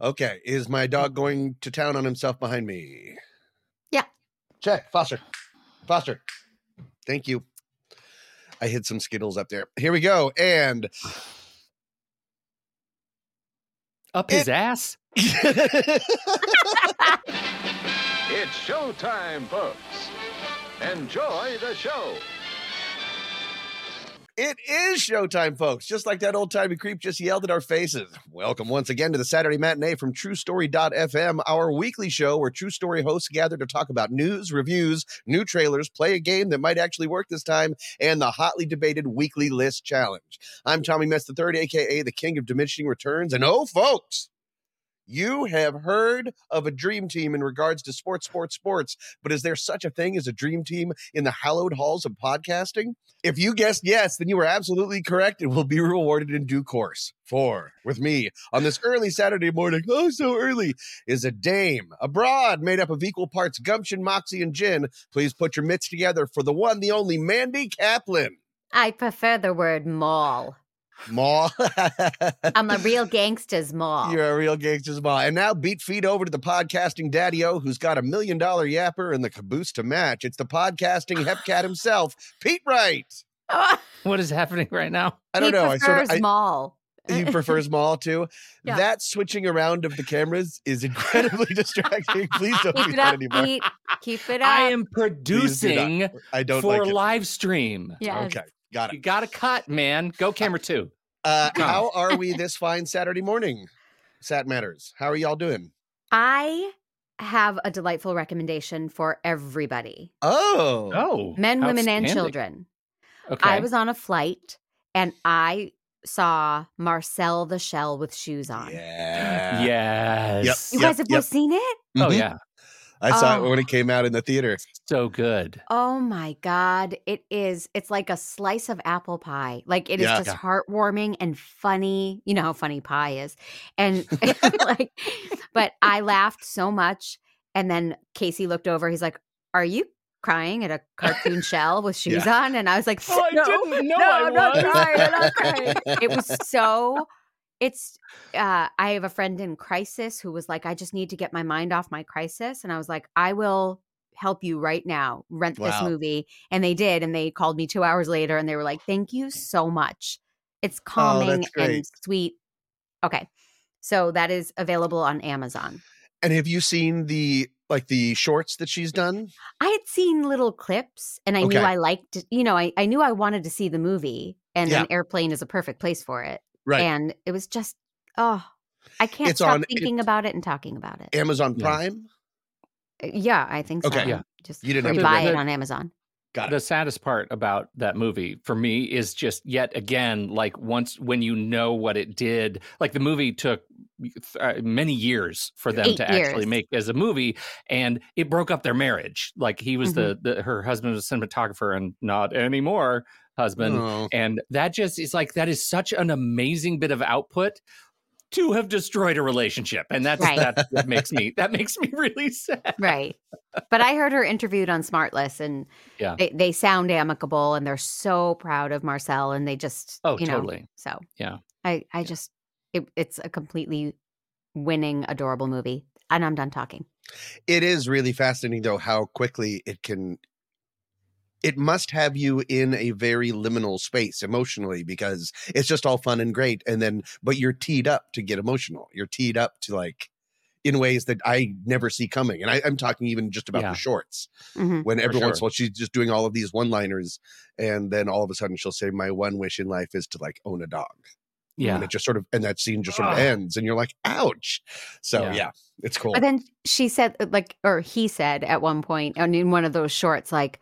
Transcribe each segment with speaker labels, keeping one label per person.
Speaker 1: Okay. Is my dog going to town on himself behind me?
Speaker 2: Yeah.
Speaker 1: Check. Foster. Foster. Thank you. I hid some Skittles up there. Here we go. And
Speaker 3: Up
Speaker 1: his
Speaker 3: his ass?
Speaker 4: It's showtime, folks. Enjoy the show.
Speaker 1: It is showtime, folks. Just like that old timey creep just yelled at our faces. Welcome once again to the Saturday matinee from TrueStory.fm, our weekly show where True Story hosts gather to talk about news, reviews, new trailers, play a game that might actually work this time, and the hotly debated weekly list challenge. I'm Tommy Metz III, aka the King of Diminishing Returns, and oh, folks. You have heard of a dream team in regards to sports, sports, sports, but is there such a thing as a dream team in the hallowed halls of podcasting? If you guessed yes, then you were absolutely correct and will be rewarded in due course. For with me on this early Saturday morning, oh, so early, is a dame, a broad made up of equal parts gumption, moxie, and gin. Please put your mitts together for the one, the only Mandy Kaplan.
Speaker 2: I prefer the word mall.
Speaker 1: Maw.
Speaker 2: I'm a real gangster's mall.
Speaker 1: You're a real gangster's ball. And now beat feet over to the podcasting daddy o who's got a million dollar yapper and the caboose to match. It's the podcasting hepcat himself, Pete Wright.
Speaker 2: Oh,
Speaker 3: What is happening right now?
Speaker 1: I don't
Speaker 2: he
Speaker 1: know. I
Speaker 2: Prefers
Speaker 1: sort of I,
Speaker 2: mall.
Speaker 1: he prefers Maul too.
Speaker 2: Yeah.
Speaker 1: That switching around of the cameras is incredibly distracting. Please don't
Speaker 2: Keep
Speaker 1: do
Speaker 2: it
Speaker 1: that
Speaker 2: up,
Speaker 1: anymore.
Speaker 2: Pete. Keep it up.
Speaker 3: I am producing
Speaker 1: I don't
Speaker 3: for
Speaker 1: like it.
Speaker 3: live stream.
Speaker 2: Yes.
Speaker 1: Okay, got
Speaker 3: You
Speaker 1: it.
Speaker 3: got to cut, man. Go camera two.
Speaker 1: Uh,
Speaker 3: Go.
Speaker 1: how are we this fine Saturday morning? Sat matters. How are y'all doing?
Speaker 2: I have a delightful recommendation for everybody
Speaker 1: Oh,
Speaker 3: Oh,
Speaker 2: men, women, and
Speaker 3: outstanding.
Speaker 2: children.
Speaker 3: Okay.
Speaker 2: I was on a flight and I saw Marcel the Shell with shoes on.
Speaker 1: yeah,
Speaker 3: yes.
Speaker 2: You
Speaker 1: Yep,
Speaker 2: guys have
Speaker 1: yep.
Speaker 2: both seen it?
Speaker 3: Oh,
Speaker 1: Mhm.
Speaker 3: yeah.
Speaker 1: I saw it
Speaker 2: Oh.
Speaker 1: when it came out in the theater.
Speaker 3: So good.
Speaker 2: Oh my God. It is, it's like a slice of apple pie. Like it is
Speaker 1: Yeah.
Speaker 2: just
Speaker 1: Yeah.
Speaker 2: heartwarming and funny. You know how funny pie is. And like, but I laughed so much. And then Casey looked over. He's like, Are you crying at a cartoon shell with shoes on? And I was like,
Speaker 3: Oh, I
Speaker 2: No,
Speaker 3: didn't know
Speaker 2: no,
Speaker 3: I
Speaker 2: I'm not
Speaker 3: was.
Speaker 2: crying. I'm not crying. It was so. It's. Uh, I have a friend in crisis who was like, "I just need to get my mind off my crisis," and I was like, "I will help you right now. Rent this
Speaker 1: Wow.
Speaker 2: movie," and they did, and they called me two hours later, and they were like, "Thank you so much. It's calming and
Speaker 1: Oh, great.
Speaker 2: sweet." Okay, so that is available on Amazon.
Speaker 1: And have you seen the like the shorts that she's done?
Speaker 2: I had seen little clips, and I knew
Speaker 1: Okay.
Speaker 2: I liked. You know, I, I knew I wanted to see the movie, and
Speaker 1: Yeah.
Speaker 2: an airplane is a perfect place for it.
Speaker 1: Right.
Speaker 2: and it was just oh i can't
Speaker 1: It's
Speaker 2: stop
Speaker 1: on-
Speaker 2: thinking
Speaker 1: it-
Speaker 2: about it and talking about it
Speaker 1: Amazon
Speaker 3: Yeah.
Speaker 1: Prime.
Speaker 2: Uh, yeah i think so
Speaker 1: Okay.
Speaker 3: Yeah.
Speaker 2: just
Speaker 1: You
Speaker 2: you
Speaker 1: didn't
Speaker 2: didn't
Speaker 1: have to
Speaker 2: buy
Speaker 3: do
Speaker 2: it
Speaker 3: that.
Speaker 2: on amazon
Speaker 1: Got
Speaker 3: The
Speaker 1: it.
Speaker 3: saddest part about that movie for me is just yet again, like once when you know what it did, like the movie took uh, many years for them
Speaker 2: Eight
Speaker 3: to actually
Speaker 2: years.
Speaker 3: make as a movie, and it broke up their marriage. Like he was the,
Speaker 2: Mm-hmm.
Speaker 3: the her husband was a cinematographer and not anymore husband,
Speaker 1: Oh.
Speaker 3: and that just is like that is such an amazing bit of output to have destroyed a relationship, and that's
Speaker 2: Right.
Speaker 3: that, that makes me that makes me really sad.
Speaker 2: right but i heard her interviewed on smartless and
Speaker 3: Yeah.
Speaker 2: they, they sound amicable and they're so proud of marcel and they just
Speaker 3: Oh,
Speaker 2: you know
Speaker 3: totally.
Speaker 2: so
Speaker 3: Yeah.
Speaker 2: i i just it, it's a completely winning adorable movie and i'm done talking
Speaker 1: It is really fascinating though how quickly it can it must have you in a very liminal space emotionally because it's just all fun and great and then but you're teed up to get emotional. You're teed up to like in ways that I never see coming. And I, I'm talking even just about
Speaker 3: Yeah.
Speaker 1: the shorts.
Speaker 2: Mhm.
Speaker 1: When every once
Speaker 3: sure.
Speaker 1: in a while she's just doing all of these one liners and then all of a sudden she'll say, My one wish in life is to like own a dog.
Speaker 3: Yeah.
Speaker 1: And it just sort of and that scene just sort of
Speaker 3: Ugh.
Speaker 1: ends and you're like, ouch. So
Speaker 3: Yeah.
Speaker 1: yeah, it's cool.
Speaker 2: But then she said, uh, like, or he said at one point, and in one of those shorts, like,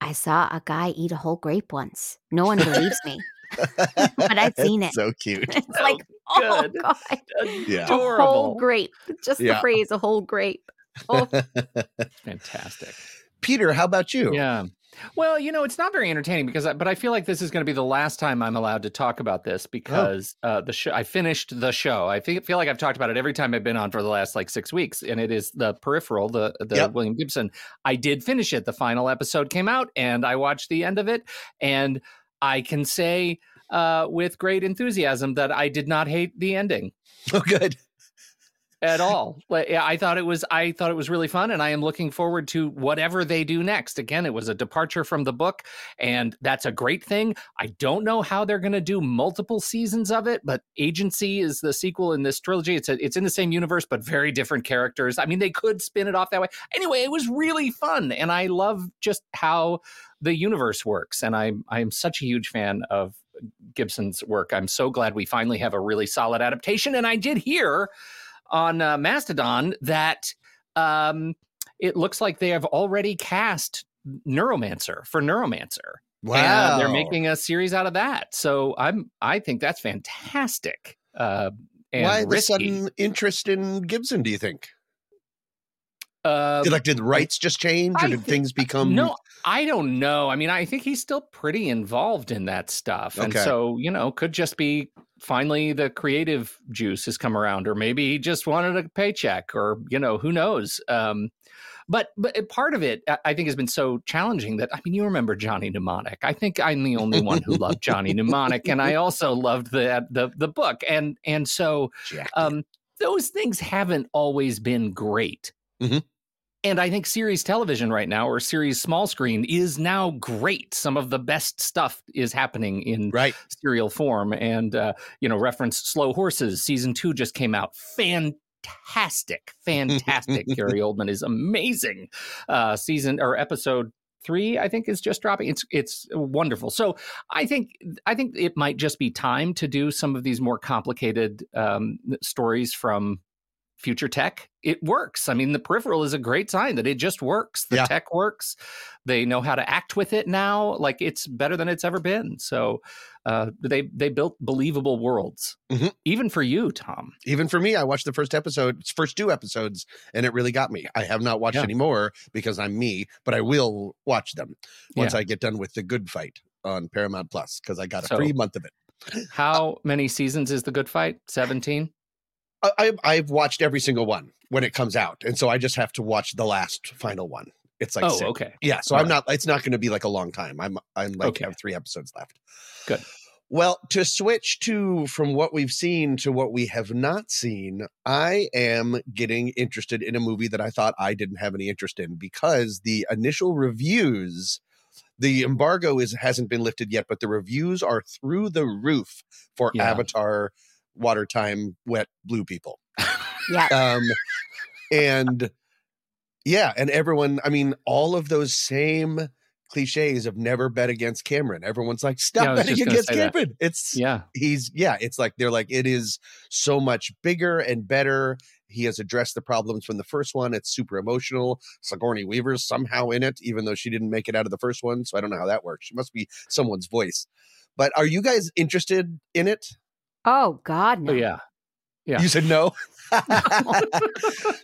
Speaker 2: I saw a guy eat a whole grape once. No one believes me.
Speaker 1: but
Speaker 2: I've seen it.
Speaker 1: So cute.
Speaker 2: It's
Speaker 3: So
Speaker 2: like, oh
Speaker 3: good.
Speaker 2: god,
Speaker 1: Yeah.
Speaker 2: a whole grape. Just
Speaker 1: Yeah.
Speaker 2: the phrase, a whole grape. Oh,
Speaker 3: Fantastic.
Speaker 1: Peter, how about you?
Speaker 3: Yeah. Well, you know, it's not very entertaining because, I, but I feel like this is going to be the last time I'm allowed to talk about
Speaker 1: Oh.
Speaker 3: this because uh, the show. I finished the show. I fe- feel like I've talked about it every time I've been on for the last like six weeks, and it is the Peripheral, the the
Speaker 1: Yep.
Speaker 3: William Gibson. I did finish it. The final episode came out, and I watched the end of it, and I can say uh, with great enthusiasm that I did not hate the ending
Speaker 1: Oh, good.
Speaker 3: at all. Like, yeah, I thought it was I thought it was really fun, and I am looking forward to whatever they do next. Again, it was a departure from the book, and that's a great thing. I don't know how they're going to do multiple seasons of it, but Agency is the sequel in this trilogy. It's a, it's in the same universe, but very different characters. I mean, they could spin it off that way. Anyway, it was really fun, and I love just how the universe works. And I I am such a huge fan of Gibson's work. I'm so glad we finally have a really solid adaptation. And I did hear on uh, Mastodon that um, it looks like they have already cast Neuromancer for Neuromancer. And uh, they're making a series out of that. So I'm I think that's fantastic. Uh, and
Speaker 1: Why the
Speaker 3: risky.
Speaker 1: sudden interest in Gibson? Do you think?
Speaker 3: Uh,
Speaker 1: Did, like, did rights just change, or
Speaker 3: I
Speaker 1: did
Speaker 3: thi-
Speaker 1: things become?
Speaker 3: no, I don't know. I mean, I think he's still pretty involved in that stuff. And
Speaker 1: Okay.
Speaker 3: so, you know, could just be finally the creative juice has come around, or maybe he just wanted a paycheck, or, you know, who knows. Um, but but it- part of it, I- I think, has been so challenging that I mean, you remember Johnny Mnemonic. I think I'm the only one who loved Johnny Mnemonic, and I also loved the the the book, and and so
Speaker 1: Jack.
Speaker 3: um, those things haven't always been great.
Speaker 1: Mhm.
Speaker 3: And I think series television right now or series small screen is now great. Some of the best stuff is happening in
Speaker 1: Right.
Speaker 3: serial form. And, uh, you know, reference Slow Horses, season two just came out. Fantastic. Fantastic. Gary Oldman is amazing. Uh, season or episode three, I think, is just dropping. It's it's wonderful. So I think I think it might just be time to do some of these more complicated um, stories from future tech. It works. I mean, the peripheral is a great sign that it just works. The
Speaker 1: Yeah.
Speaker 3: tech works. They know how to act with it now. Like it's better than it's ever been. So uh, they they built believable worlds,
Speaker 1: Mhm.
Speaker 3: even for you, Tom.
Speaker 1: Even for me, I watched the first episode, first two episodes, and it really got me. I have not watched
Speaker 3: Yeah.
Speaker 1: any more because I'm me, but I will watch them once I get done with the Good Fight on Paramount Plus because I got a
Speaker 3: So-
Speaker 1: free month of it.
Speaker 3: How many seasons is the Good Fight? Seventeen.
Speaker 1: I, I, I've watched every single one when it comes out, and so I just have to watch the last final one. It's like
Speaker 3: oh,
Speaker 1: six.
Speaker 3: okay.
Speaker 1: Yeah, so
Speaker 3: All
Speaker 1: I'm not. It's not going to be like a long time. I'm I'm like
Speaker 3: Okay.
Speaker 1: have three episodes left.
Speaker 3: Good.
Speaker 1: Well, to switch to from what we've seen to what we have not seen, I am getting interested in a movie that I thought I didn't have any interest in because the initial reviews, the embargo is hasn't been lifted yet, but the reviews are through the roof for
Speaker 3: Yeah.
Speaker 1: Avatar, Water Time, Wet Blue People
Speaker 2: Yeah.
Speaker 1: um, and yeah, and everyone, I mean, all of those same cliches of never bet against Cameron. Everyone's like, stop
Speaker 3: Yeah, I was
Speaker 1: betting
Speaker 3: just gonna
Speaker 1: against
Speaker 3: say that.
Speaker 1: Cameron. It's
Speaker 3: Yeah.
Speaker 1: he's yeah, it's like they're like it is so much bigger and better. He has addressed the problems from the first one. It's super emotional. Sigourney Weaver's somehow in it, even though she didn't make it out of the first one. So I don't know how that works. She must be someone's voice. But are you guys interested in it?
Speaker 2: Oh God, no.
Speaker 3: Oh, yeah. Yeah.
Speaker 1: You said no.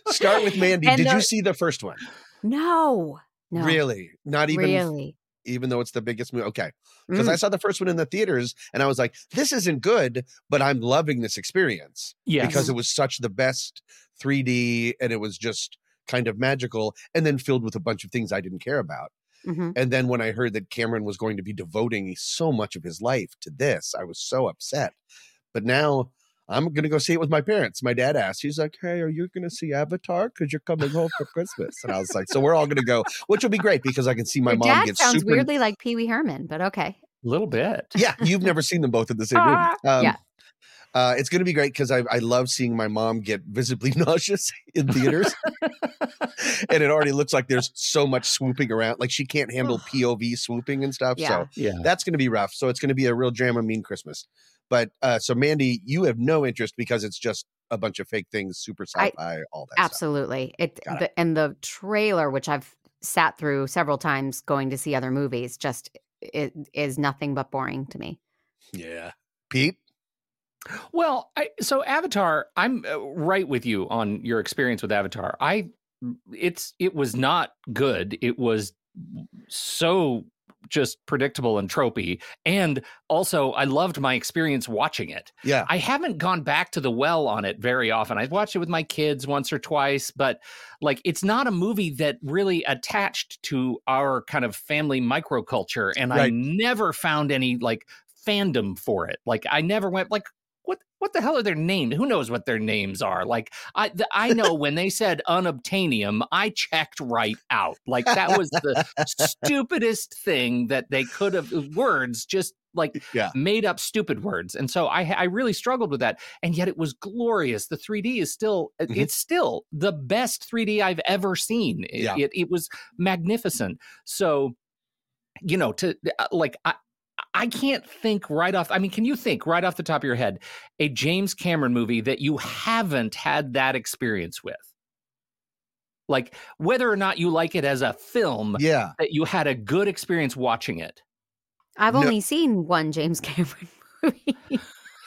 Speaker 1: Start with Mandy.
Speaker 2: And
Speaker 1: Did you
Speaker 2: there-
Speaker 1: see the first one?
Speaker 2: No. No.
Speaker 1: Really? Not even
Speaker 2: really.
Speaker 1: even though it's the biggest movie. Okay. Because
Speaker 2: Mm.
Speaker 1: I saw the first one in the theaters and I was like, this isn't good, but I'm loving this experience
Speaker 3: Yes.
Speaker 1: because it was such the best 3D and it was just kind of magical and then filled with a bunch of things I didn't care about.
Speaker 2: Mhm.
Speaker 1: And then when I heard that Cameron was going to be devoting so much of his life to this, I was so upset. But now I'm going to go see it with my parents. My dad asked, he's like, Hey, are you going to see Avatar? Because you're coming home for Christmas. And I was like, So we're all going to go, which will be great because I can see my
Speaker 2: Your
Speaker 1: mom
Speaker 2: dad
Speaker 1: get
Speaker 2: sounds
Speaker 1: super.
Speaker 2: weirdly like Pee Wee Herman, but okay.
Speaker 3: a little bit.
Speaker 1: Yeah, you've never seen them both in the same room.
Speaker 2: Ah,
Speaker 1: Um,
Speaker 2: yeah.
Speaker 1: Uh, it's going to be great because I, I love seeing my mom get visibly nauseous in theaters. and it already looks like there's so much swooping around. Like she can't handle POV swooping and stuff.
Speaker 2: Yeah.
Speaker 1: So
Speaker 3: Yeah.
Speaker 1: that's going to be rough. So it's going to be a real drama mean Christmas. But uh, so, Mandy, you have no interest because it's just a bunch of fake things, super
Speaker 2: I-
Speaker 1: sci fi, all that stuff.
Speaker 2: Absolutely. It,
Speaker 1: Got it.
Speaker 2: the, and the trailer, which I've sat through several times going to see other movies, just it is nothing but boring to me.
Speaker 1: Yeah. Pete?
Speaker 3: Well, I, so Avatar, I'm uh, right with you on your experience with Avatar. I it's it was not good. It was so just predictable and tropey. And also I loved my experience watching it.
Speaker 1: Yeah.
Speaker 3: I haven't gone back to the well on it very often. I've watched it with my kids once or twice, but like it's not a movie that really attached to our kind of family microculture. And I
Speaker 1: Right.
Speaker 3: never found any like fandom for it. Like I never went like what what the hell are their names? Who knows what their names are? Like I the, I know when they said unobtainium, I checked right out. Like that was the stupidest thing that they could have words just like
Speaker 1: Yeah.
Speaker 3: made up stupid words and so i i really struggled with that and yet it was glorious the 3d is still
Speaker 1: Mhm.
Speaker 3: it's still the best 3d i've ever seen it,
Speaker 1: Yeah.
Speaker 3: it, it was magnificent so you know to uh, like i I can't think right off. I mean, can you think right off the top of your head a James Cameron movie that you haven't had that experience with? Like, whether or not you like it as a film,
Speaker 1: Yeah.
Speaker 3: that you had a good experience watching it.
Speaker 2: I've
Speaker 1: No.
Speaker 2: only seen one James Cameron movie.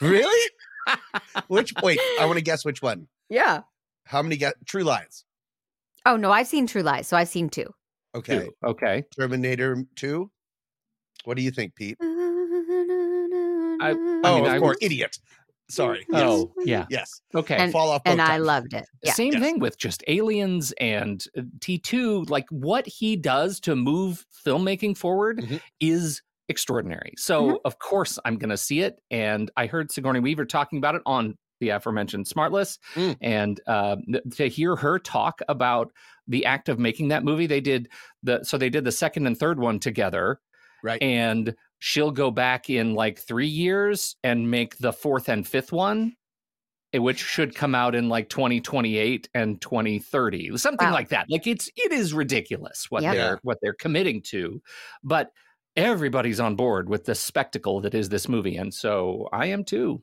Speaker 1: Really? which, wait, I want to guess which one.
Speaker 2: yeah.
Speaker 1: How many got True Lies?
Speaker 2: Oh no, I've seen True Lies, so I've seen two.
Speaker 1: Okay.
Speaker 3: too. Okay.
Speaker 1: Terminator 2. What do you think, Pete?
Speaker 3: I
Speaker 1: oh,
Speaker 3: mean,
Speaker 1: of
Speaker 3: I was-
Speaker 1: course. Idiot. Sorry. Yes.
Speaker 3: Oh, yeah.
Speaker 1: Yes.
Speaker 3: Okay.
Speaker 2: And-
Speaker 1: Fall off both
Speaker 2: and I
Speaker 1: times.
Speaker 2: loved it. Yeah.
Speaker 3: Same
Speaker 1: Yes.
Speaker 3: thing with just aliens and uh, T2. Like what he does to move filmmaking forward
Speaker 1: Mhm.
Speaker 3: is extraordinary. So, of course, I'm going to see it. And I heard Sigourney Weaver talking about it on the aforementioned Smartless,
Speaker 1: Mm.
Speaker 3: and uh, th- to hear her talk about the act of making that movie. They did the so they did the second and third one together,
Speaker 1: Right.
Speaker 3: And she'll go back in like three years and make the fourth and fifth one. eh, Which should come out in like 2028 and 2030, something
Speaker 2: Wow.
Speaker 3: like that. Like it's it is ridiculous what
Speaker 2: Yep.
Speaker 3: they're what they're committing to, but everybody's on board with the spectacle that is this movie, and so I am too.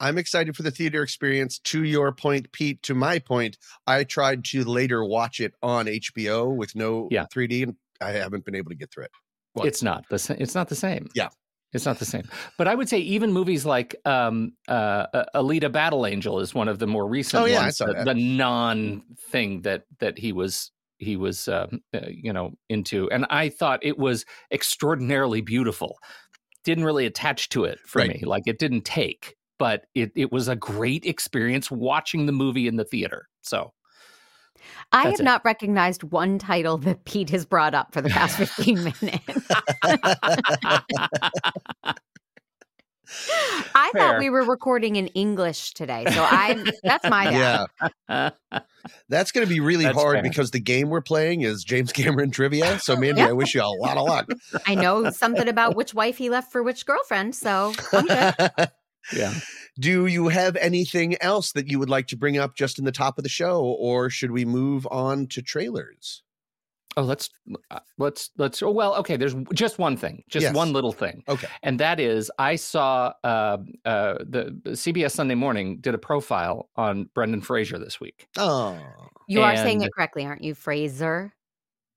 Speaker 1: I'm excited for the theater experience. To your point, Pete, to my point, I tried to later watch it on HBO with no
Speaker 3: Yeah.
Speaker 1: 3D, and I haven't been able to get through it. Well-
Speaker 3: it's not the sa- it's not the same.
Speaker 1: Yeah.
Speaker 3: It's not the same. But I would say even movies like um uh uh, Alita Battle Angel is one of the more recent
Speaker 1: Oh, yeah, I
Speaker 3: ones,
Speaker 1: saw
Speaker 3: the,
Speaker 1: that.
Speaker 3: the non thing that that he was he was um, uh, you know into and I thought it was extraordinarily beautiful. Didn't really attach to it for
Speaker 1: Right.
Speaker 3: me. Like it didn't take, but it it was a great experience watching the movie in the theater. So That's
Speaker 2: I have
Speaker 3: it.
Speaker 2: not recognized one title that Pete has brought up for the past 15 minutes. I
Speaker 3: Fair.
Speaker 2: thought we were recording in English today. So I that's my bad.
Speaker 1: That's going to be really
Speaker 3: That's
Speaker 1: hard
Speaker 3: fair.
Speaker 1: because the game we're playing is James Cameron trivia. So, Mandy, I wish you a lot of luck.
Speaker 2: I know something about which wife he left for which girlfriend. So I'm good.
Speaker 3: Yeah.
Speaker 1: Do you have anything else that you would like to bring up just in the top of the show, or should we move on to trailers?
Speaker 3: Oh, let's uh, let's let's. Oh, well, okay. There's w- just one thing, just
Speaker 1: Yes.
Speaker 3: one little thing,
Speaker 1: Okay.
Speaker 3: and that is I saw uh, uh, the the CBS Sunday Morning did a profile on Brendan Fraser this week.
Speaker 1: Oh,
Speaker 2: You are saying
Speaker 3: And-
Speaker 2: it correctly, aren't you, Fraser?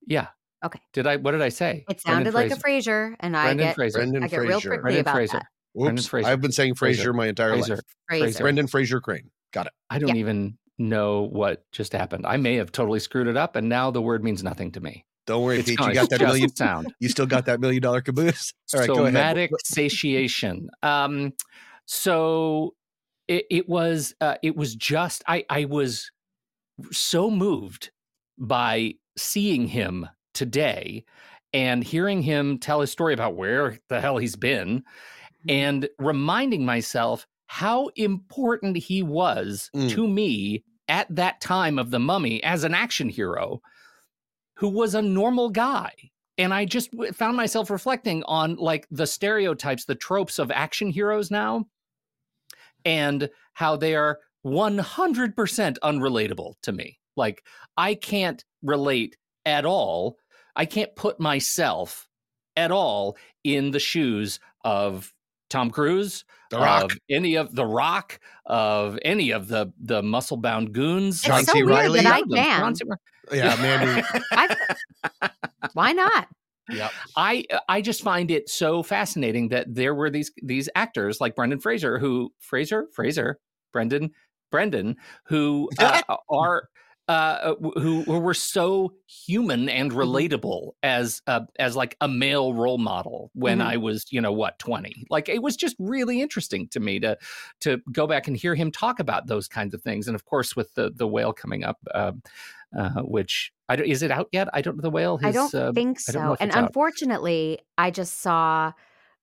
Speaker 3: Yeah.
Speaker 2: Okay.
Speaker 3: Did I? What did I say?
Speaker 2: It sounded
Speaker 3: Brendan
Speaker 2: like
Speaker 3: Fraser.
Speaker 2: a Fraser, and I
Speaker 3: Brendan
Speaker 2: get
Speaker 3: Fraser.
Speaker 1: Brendan
Speaker 2: I get real
Speaker 1: Fraser.
Speaker 2: prickly
Speaker 3: Brendan
Speaker 2: about
Speaker 3: Fraser.
Speaker 2: that.
Speaker 3: Brendan
Speaker 1: Oops,
Speaker 3: Fraser.
Speaker 1: I've been saying
Speaker 3: Fraser.
Speaker 1: Fraser my entire
Speaker 3: Fraser.
Speaker 1: life.
Speaker 2: Fraser.
Speaker 3: Fraser.
Speaker 1: Brendan Fraser Crane. Got it.
Speaker 3: I don't even know what just happened. I may have totally screwed it up, and now the word means nothing to me.
Speaker 1: Don't worry,
Speaker 3: It's
Speaker 1: Pete.
Speaker 3: gone.
Speaker 1: You
Speaker 3: It's
Speaker 1: got that
Speaker 3: just
Speaker 1: million.
Speaker 3: sound.
Speaker 1: You still got that million dollar caboose. All right, go ahead.
Speaker 3: somatic satiation. Um, so it, it was uh, it was just I I was so moved by seeing him today and hearing him tell his story about where the hell he's been
Speaker 1: Mm-hmm.
Speaker 3: and reminding myself how important he was
Speaker 1: Mm.
Speaker 3: to me at that time of the mummy as an action hero who was a normal guy and I just w- found myself reflecting on like the stereotypes, the tropes of action heroes now, and how they are 100% unrelatable to me. Like, I can't relate at all. I can't put myself at all in the shoes of Tom Cruise,
Speaker 1: The Rock.
Speaker 3: of any of The Rock, of any of the the muscle bound goons.
Speaker 2: It's
Speaker 1: John
Speaker 2: so
Speaker 1: C.
Speaker 2: weird
Speaker 1: Reilly.
Speaker 2: that I
Speaker 3: John
Speaker 2: can.
Speaker 3: C.
Speaker 1: yeah, Mandy.
Speaker 2: Why not?
Speaker 1: yeah.
Speaker 3: I uh, I just find it so fascinating that there were these these actors like Brendan Fraser who Fraser Fraser Brendan Brendan who uh, are uh, who, who were so human
Speaker 2: Mm-hmm.
Speaker 3: and relatable as uh, as like a male role model when
Speaker 2: Mhm.
Speaker 3: I was you know what twenty like it was just really interesting to me to to go back and hear him talk about those kinds of things and of course with the the whale coming up uh, uh, which I don't, is it out yet I don't know the whale
Speaker 2: I
Speaker 3: His,
Speaker 2: don't
Speaker 3: uh,
Speaker 2: think
Speaker 3: I
Speaker 2: so.
Speaker 3: don't know if
Speaker 2: and
Speaker 3: it's out.
Speaker 2: unfortunately, I just saw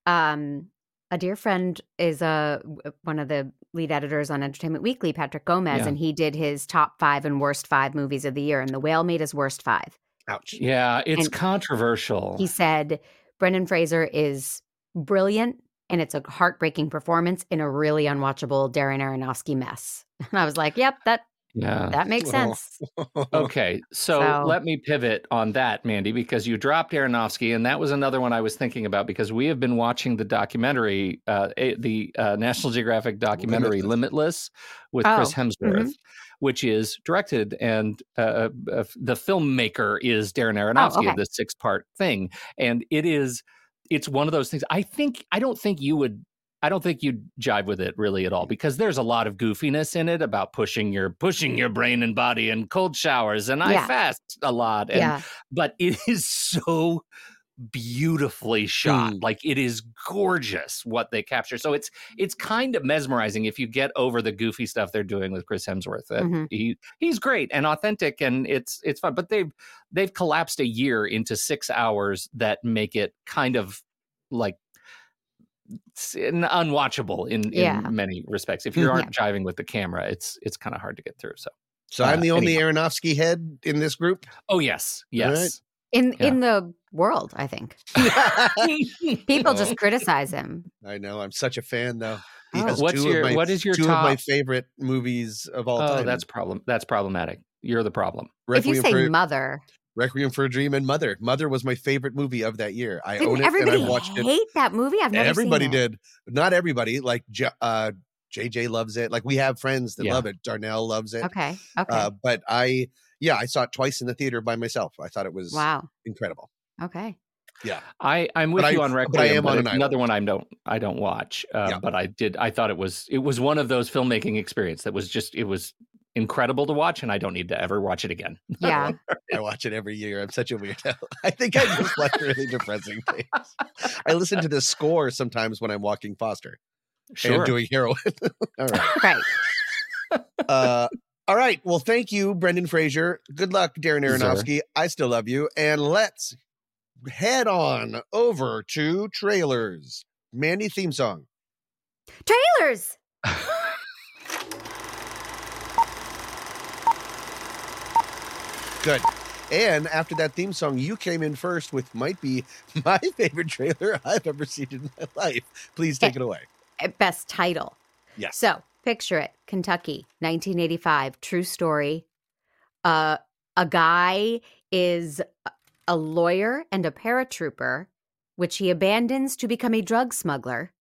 Speaker 2: um, a dear friend is a uh, one of the lead editors on Entertainment Weekly, Patrick Gomez,
Speaker 3: Yeah.
Speaker 2: and he did his top five and worst five movies of the year, and The Whale made his worst five.
Speaker 1: Ouch.
Speaker 3: Yeah, it's
Speaker 2: And
Speaker 3: controversial.
Speaker 2: He said Brendan Fraser is brilliant, and it's a heartbreaking performance in a really unwatchable Darren Aronofsky mess. And I was like, "Yep, that
Speaker 3: yeah.
Speaker 2: that makes
Speaker 1: Oh.
Speaker 2: sense."
Speaker 3: Okay, so,
Speaker 2: Oh, So-
Speaker 3: let me pivot on that, Mandy, because you dropped Aronofsky, and that was another one I was thinking about because we have been watching the documentary, uh, a- the uh, National Geographic documentary Limitless, with Chris
Speaker 2: Oh, mm-hmm.
Speaker 3: Hemsworth, which is directed and uh, uh, the filmmaker is Darren Aronofsky
Speaker 2: Oh, okay.
Speaker 3: of the six part thing, and it is it's one of those things. I think I don't think you would I don't think you'd jive with it really at all because there's a lot of goofiness in it about pushing your pushing your brain and body and cold showers and I
Speaker 2: Yeah.
Speaker 3: fast a lot. And,
Speaker 2: yeah,
Speaker 3: But it is so beautifully shot. Like it is gorgeous what they capture. So it's it's kind of mesmerizing if you get over the goofy stuff they're doing with Chris Hemsworth. Uh,
Speaker 2: Mhm.
Speaker 3: He he's great and authentic and it's it's fun. But they've they've collapsed a year into six hours that make it kind of like it's an- unwatchable in, in
Speaker 2: Yeah.
Speaker 3: many respects. If you aren't jiving with the camera, it's it's kind of hard to get through. So,
Speaker 1: So
Speaker 3: Uh,
Speaker 1: I'm the only Aronofsky head in this group.
Speaker 3: oh yes,
Speaker 1: All right.
Speaker 3: yes,
Speaker 2: in
Speaker 3: Yeah.
Speaker 2: in the world. I think people just criticize him.
Speaker 1: I know. I'm such a fan, though. He
Speaker 3: Oh,
Speaker 1: has
Speaker 3: what's
Speaker 1: two
Speaker 3: your-
Speaker 1: of my,
Speaker 3: what is your
Speaker 1: two of my
Speaker 3: top-
Speaker 1: favorite movies of all
Speaker 3: oh
Speaker 1: time.
Speaker 3: that's problem. That's problematic. You're the problem.
Speaker 2: If you
Speaker 1: Requiem
Speaker 2: say
Speaker 1: for,
Speaker 2: mother,
Speaker 1: Requiem for a Dream and Mother. Mother was my favorite movie of that year. I own
Speaker 2: didn't
Speaker 1: it and
Speaker 2: everybody
Speaker 1: I watched it.
Speaker 2: hate that movie? I've never
Speaker 1: Everybody
Speaker 2: seen it.
Speaker 1: did. Not everybody. Like J- uh, JJ loves it. Like we have friends that
Speaker 3: Yeah.
Speaker 1: love it. Darnell loves it.
Speaker 2: Okay. Okay.
Speaker 1: Uh, but I, yeah, I saw it twice in the theater by myself. I thought it was
Speaker 2: wow.
Speaker 1: incredible.
Speaker 2: Okay.
Speaker 1: Yeah.
Speaker 3: I I'm with
Speaker 1: I-
Speaker 3: you on
Speaker 1: but I
Speaker 3: Requiem.
Speaker 1: am on
Speaker 3: it's
Speaker 1: an island.
Speaker 3: another one I don't I don't watch. Uh,
Speaker 1: Yeah.
Speaker 3: But I did. I thought it was it was one of those filmmaking experience that was just it was incredible to watch, and I don't need to ever watch it again.
Speaker 2: Yeah.
Speaker 1: I watch it every year. I'm such a weirdo. I think I just like really depressing things. I listen to the score sometimes when I'm walking Foster and doing heroin. all right.
Speaker 2: right.
Speaker 1: Uh, all right. Well, thank you, Brendan Fraser. Good luck, Darren
Speaker 3: Sure.
Speaker 1: Aronofsky. I still love you. And let's head on over to trailers. Mandy theme song.
Speaker 2: Trailers.
Speaker 1: Good. And after that theme song, you came in first with might be my favorite trailer I've ever seen in my life. Please take it away.
Speaker 2: at best title.
Speaker 1: Yes.
Speaker 2: So picture it Kentucky, 1985, true story. Uh, a guy is a- a lawyer and a paratrooper, which he abandons to become a drug smuggler.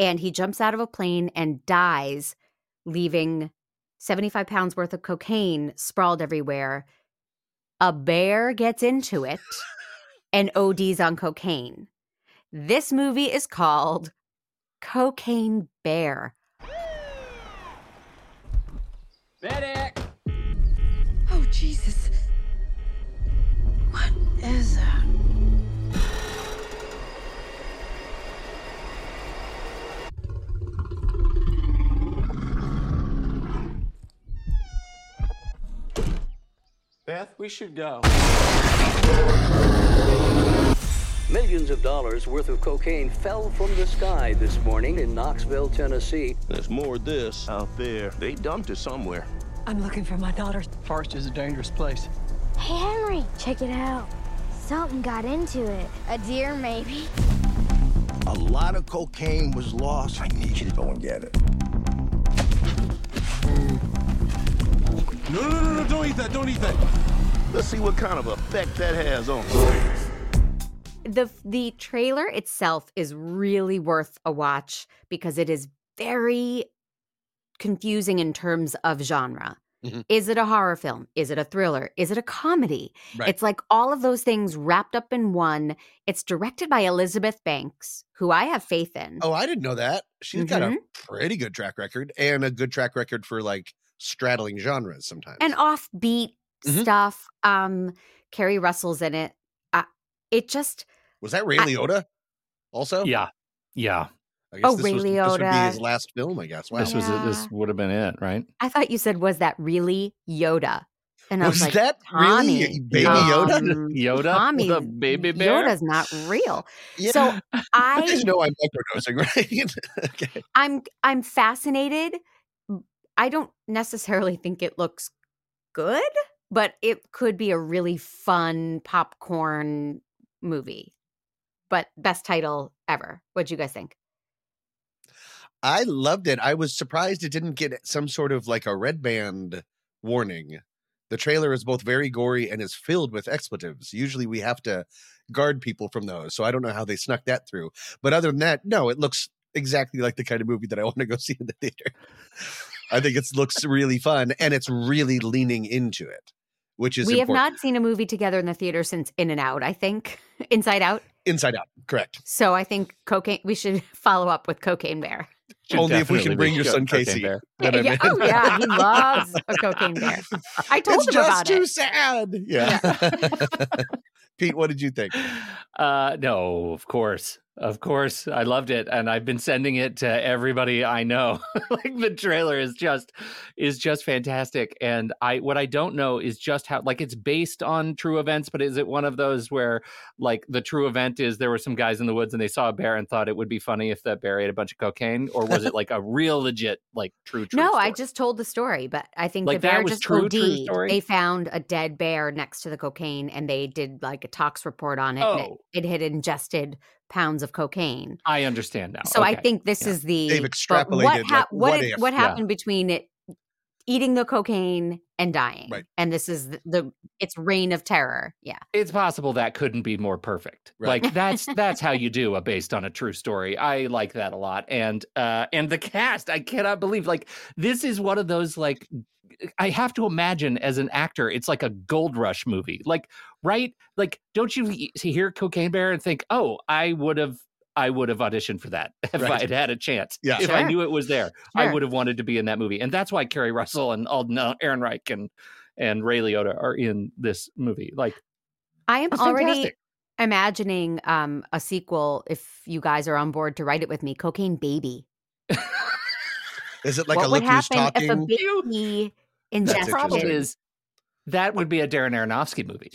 Speaker 2: And he jumps out of a plane and dies, leaving 75 pounds worth of cocaine sprawled everywhere. A bear gets into it and ODs on cocaine. This movie is called Cocaine Bear.
Speaker 5: Oh, Jesus. What is that?
Speaker 6: Beth, we should go.
Speaker 7: Millions of dollars worth of cocaine fell from the sky this morning in Knoxville, Tennessee.
Speaker 8: There's more of this out there. They dumped it somewhere.
Speaker 5: I'm looking for my daughter.
Speaker 6: Forest is a dangerous place.
Speaker 9: Hey, Henry, check it out. Something got into it. A deer, maybe.
Speaker 8: A lot of cocaine was lost. I need you to go and get it.
Speaker 6: No, no, no, no, don't eat that, don't eat that.
Speaker 8: Let's see what kind of effect that has on us.
Speaker 2: The the trailer itself is really worth a watch because it is very confusing in terms of genre.
Speaker 1: Mhm.
Speaker 2: Is it a horror film? Is it a thriller? Is it a comedy?
Speaker 1: Right.
Speaker 2: It's like all of those things wrapped up in one. It's directed by Elizabeth Banks, who I have faith in.
Speaker 1: Oh, I didn't know that. She's got a
Speaker 3: Mm-hmm.
Speaker 1: pretty good track record and a good track record for like straddling genres sometimes.
Speaker 2: and offbeat
Speaker 1: Mhm.
Speaker 2: stuff. Um, Carrie Russell's in it. Uh, it just
Speaker 1: was that Ray
Speaker 2: I-
Speaker 1: Liotta also?
Speaker 3: Yeah, yeah.
Speaker 1: I
Speaker 2: Oh,
Speaker 1: this
Speaker 2: Ray
Speaker 1: was, This would be
Speaker 2: Liotta.
Speaker 1: his last film, I guess. Wow.
Speaker 3: This was it.
Speaker 2: Yeah.
Speaker 3: This would have been it, right?
Speaker 2: I thought you said was that really Yoda? And I was,
Speaker 1: Was
Speaker 2: like,
Speaker 1: that really
Speaker 2: Tommy,
Speaker 1: Baby Yoda?
Speaker 2: um,
Speaker 3: Yoda,
Speaker 2: Tommy,
Speaker 3: the baby bear.
Speaker 2: Yoda's not real.
Speaker 1: Yeah.
Speaker 2: So
Speaker 1: I
Speaker 2: I
Speaker 1: just know I'm microdosing, right? okay.
Speaker 2: I'm I'm fascinated. I don't necessarily think it looks good, but it could be a really fun popcorn movie. But best title ever. What'd you guys think?
Speaker 1: I loved it. I was surprised it didn't get some sort of like a red band warning. The trailer is both very gory and is filled with expletives. Usually we have to guard people from those. So I don't know how they snuck that through. But other than that, no, it looks exactly like the kind of movie that I want to go see in the theater. I think it looks really fun and it's really leaning into it, which is
Speaker 2: we
Speaker 1: important.
Speaker 2: have not seen a movie together in the theater since In and Out, I think. Inside Out.
Speaker 1: Inside Out, correct.
Speaker 2: So I think cocaine we should follow up with Cocaine Bear.
Speaker 3: Should
Speaker 1: Only if we
Speaker 3: definitely
Speaker 1: can bring
Speaker 3: be
Speaker 1: your
Speaker 3: Yo-
Speaker 1: son
Speaker 3: Cocaine
Speaker 1: Casey.
Speaker 3: Bear.
Speaker 1: that I
Speaker 2: yeah,
Speaker 1: meant.
Speaker 2: oh yeah, he loves a cocaine bear. I told
Speaker 1: it's
Speaker 2: him
Speaker 1: just
Speaker 2: about
Speaker 1: too
Speaker 2: it.
Speaker 1: sad. Yeah. Pete, what did you think?
Speaker 3: Uh, no, of course. Of course, I loved it, and I've been sending it to everybody I know. like the trailer is just is just fantastic, and I what I don't know is just how like it's based on true events, but is it one of those where like the true event is there were some guys in the woods and they saw a bear and thought it would be funny if that bear ate a bunch of cocaine, or was it like a real legit like true? true
Speaker 2: no,
Speaker 3: story?
Speaker 2: I just told the story, but I think
Speaker 3: Like,
Speaker 2: the bear
Speaker 3: that was
Speaker 2: just
Speaker 3: true,
Speaker 2: OD'd.
Speaker 3: true story?
Speaker 2: They found a dead bear next to the cocaine, and they did like a tox report on it. and
Speaker 3: Oh.
Speaker 2: it, it had ingested pounds of cocaine.
Speaker 3: I understand now.
Speaker 2: So I
Speaker 3: Oh, Okay.
Speaker 2: think this
Speaker 3: Yeah.
Speaker 2: is the
Speaker 1: They've
Speaker 2: but
Speaker 1: extrapolated, like,
Speaker 2: what
Speaker 1: what
Speaker 2: it-
Speaker 1: if?
Speaker 2: what
Speaker 3: Yeah.
Speaker 2: happened between it eating the cocaine and dying,
Speaker 1: Right.
Speaker 2: and this is the, the it's reign of terror. Yeah,
Speaker 3: it's possible that couldn't be more perfect.
Speaker 1: Right.
Speaker 3: Like that's that's how you do a based on a true story. I like that a lot. And uh and the cast, I cannot believe like this is one of those like I have to imagine as an actor, it's like a gold rush movie. Like right? Like don't you he- hear Cocaine Bear and think, "Oh, I would have I would have auditioned for that if I
Speaker 1: Right.
Speaker 3: had had a chance.
Speaker 1: Yeah.
Speaker 3: If I
Speaker 2: Sure.
Speaker 3: knew it was there, I
Speaker 2: Sure.
Speaker 3: would have wanted to be in that movie." And that's why Kerry Russell and Alden Ehrenreich and and Ray Liotta are in this movie. Like
Speaker 2: I am
Speaker 3: that's
Speaker 2: already
Speaker 3: fantastic.
Speaker 2: imagining um, a sequel. If you guys are on board to write it with me, Cocaine Baby.
Speaker 1: Is it like
Speaker 2: what
Speaker 1: a
Speaker 2: would
Speaker 1: look who's
Speaker 2: happen
Speaker 1: talking?
Speaker 2: if a baby
Speaker 1: That's
Speaker 3: The problem
Speaker 2: ingested?
Speaker 3: is that would be a Darren Aronofsky movie.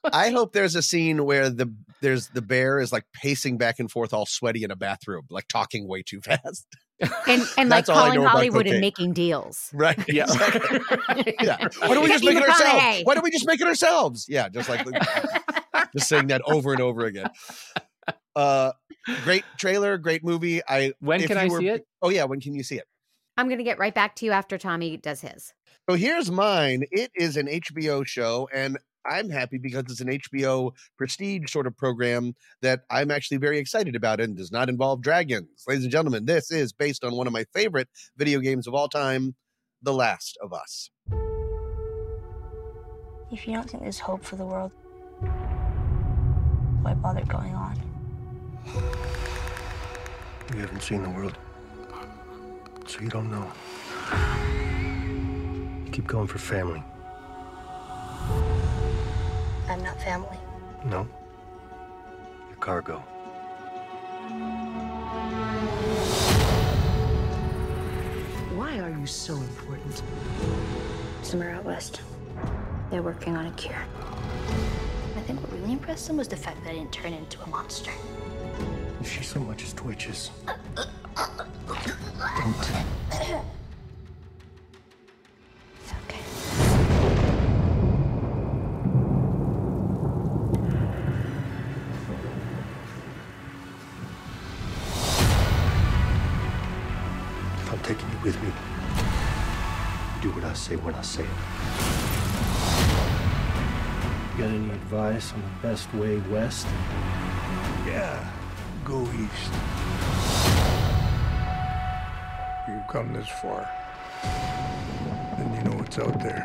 Speaker 1: I hope there's a scene where the there's the bear is like pacing back and forth, all sweaty in a bathroom, like talking way too fast.
Speaker 2: and and like
Speaker 1: That's all I know
Speaker 2: calling
Speaker 1: about
Speaker 2: Hollywood
Speaker 1: cocaine.
Speaker 2: and making deals.
Speaker 1: Right.
Speaker 3: Yeah.
Speaker 1: Yeah. Why don't we just
Speaker 2: Matthew
Speaker 1: make it ourselves?
Speaker 2: McConaughey.
Speaker 1: Why don't we just make it ourselves? Yeah, just like just saying that over and over again. Uh great trailer, great movie. I
Speaker 3: When
Speaker 1: if
Speaker 3: can
Speaker 1: you
Speaker 3: I
Speaker 1: were-
Speaker 3: see it?
Speaker 1: Oh yeah, when can you see it?
Speaker 2: I'm gonna get right back to you after Tommy does his.
Speaker 1: So here's mine. It is an HBO show, and I'm happy because it's an HBO prestige sort of program that I'm actually very excited about and does not involve dragons. Ladies and gentlemen, this is based on one of my favorite video games of all time, The Last of Us.
Speaker 10: If you don't think there's hope for the world, why bother going on?
Speaker 8: You haven't seen the world, so you don't know. Keep going for family.
Speaker 10: I'm not family.
Speaker 8: No. Your cargo.
Speaker 5: Why are you so important?
Speaker 10: Somewhere out west, they're working on a cure. I think what really impressed them was the fact that I didn't turn into a monster.
Speaker 8: If she so much as twitches. Don't.
Speaker 10: It's okay.
Speaker 8: If I'm taking you with me, do what I say when I say it. You got any advice on the best way west? Yeah, go east.
Speaker 11: You've come this far. Then you know what's out there.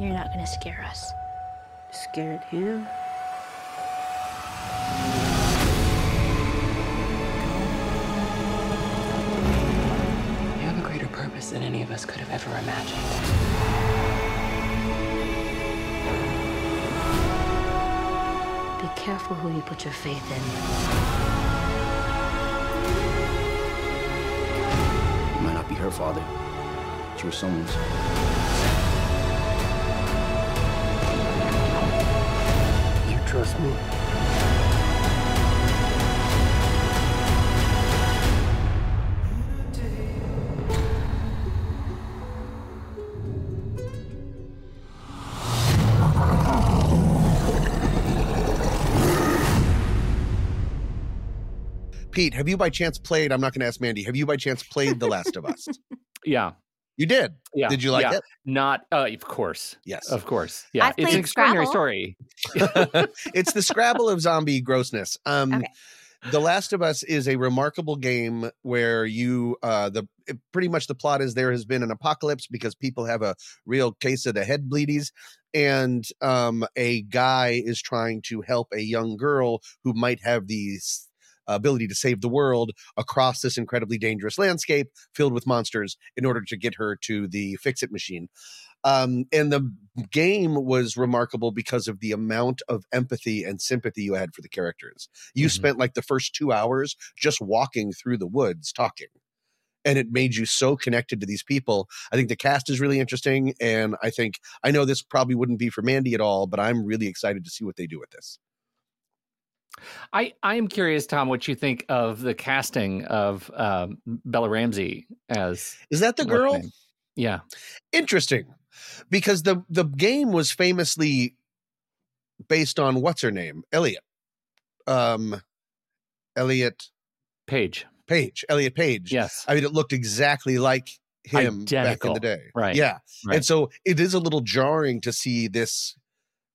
Speaker 10: You're not gonna scare us. Scared him?
Speaker 12: You have a greater purpose than any of us could have ever imagined.
Speaker 10: Be careful who you put your faith in.
Speaker 13: You might not be her father, but you were someone's.
Speaker 8: You trust me?
Speaker 1: Pete, have you by chance played? I'm not going to ask Mandy. Have you by chance played The Last of Us?
Speaker 3: yeah.
Speaker 1: You did.
Speaker 3: Yeah.
Speaker 1: Did you like
Speaker 3: yeah.
Speaker 1: it?
Speaker 3: Not uh, of course.
Speaker 1: Yes.
Speaker 3: Of course. Yeah.
Speaker 2: I've
Speaker 3: it's an
Speaker 2: played
Speaker 3: extraordinary
Speaker 2: Scrabble.
Speaker 3: story.
Speaker 1: it's the Scrabble of zombie grossness. Um,
Speaker 2: Okay.
Speaker 1: The Last of Us is a remarkable game where you, uh, the it- pretty much the plot is there has been an apocalypse because people have a real case of the head bleedies, and um, a guy is trying to help a young girl who might have these ability to save the world across this incredibly dangerous landscape filled with monsters in order to get her to the fix it machine. Um, and the game was remarkable because of the amount of empathy and sympathy you had for the characters. You spent like the first two hours just walking through the woods talking and it made you so connected to these people. I think the cast is really interesting, and I think I know this probably wouldn't be for Mandy at all, but I'm really excited to see what they do with this.
Speaker 3: I I am curious, Tom, what you think of the casting of um, Bella Ramsey as
Speaker 1: is that the girl?
Speaker 3: Wolfman. Yeah,
Speaker 1: Interesting, because the the game was famously based on what's her name, Elliot, um, Elliot
Speaker 3: Page.
Speaker 1: Page, Elliot Page.
Speaker 3: Yes,
Speaker 1: I mean, it looked exactly like him back in
Speaker 3: Identical.
Speaker 1: the day.
Speaker 3: Right.
Speaker 1: Yeah.
Speaker 3: Right.
Speaker 1: And so it is a little jarring to see this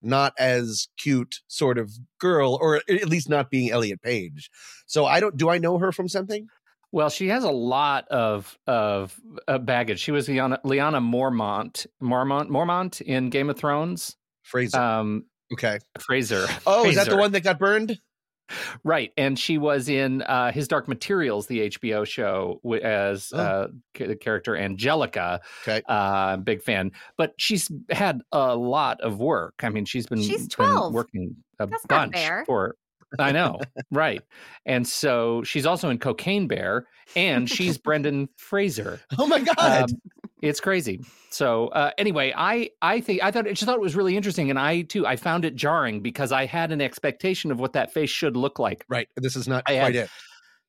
Speaker 1: not as cute sort of girl, or at least not being Elliot Page. So I don't, do I know her from something?
Speaker 3: Well, she has a lot of of uh, baggage. She was Liana, Liana Mormont, Mormont, Mormont in Game of Thrones.
Speaker 1: Fraser.
Speaker 3: Um,
Speaker 1: okay.
Speaker 3: Fraser.
Speaker 1: Oh, is that the
Speaker 3: Fraser.
Speaker 1: one that got burned?
Speaker 3: Right, and she was in uh, His Dark Materials, the HBO show, wi- as uh, ca- the character Angelica.
Speaker 1: Oh. Okay,
Speaker 3: uh, big fan. But she's had a lot of work. I mean, she's been
Speaker 2: She's
Speaker 3: been
Speaker 2: 12.
Speaker 3: working a
Speaker 2: That's not
Speaker 3: bunch
Speaker 2: fair.
Speaker 3: for. I know, right? And so she's also in Cocaine Bear, and she's Brendan Fraser.
Speaker 1: Oh my god!
Speaker 3: Um, it's crazy. So uh, anyway, I I think I thought I just thought it was really interesting, and I too I found it jarring because I had an expectation of what that face should look like.
Speaker 1: Right. This is not
Speaker 3: I had-
Speaker 1: quite it.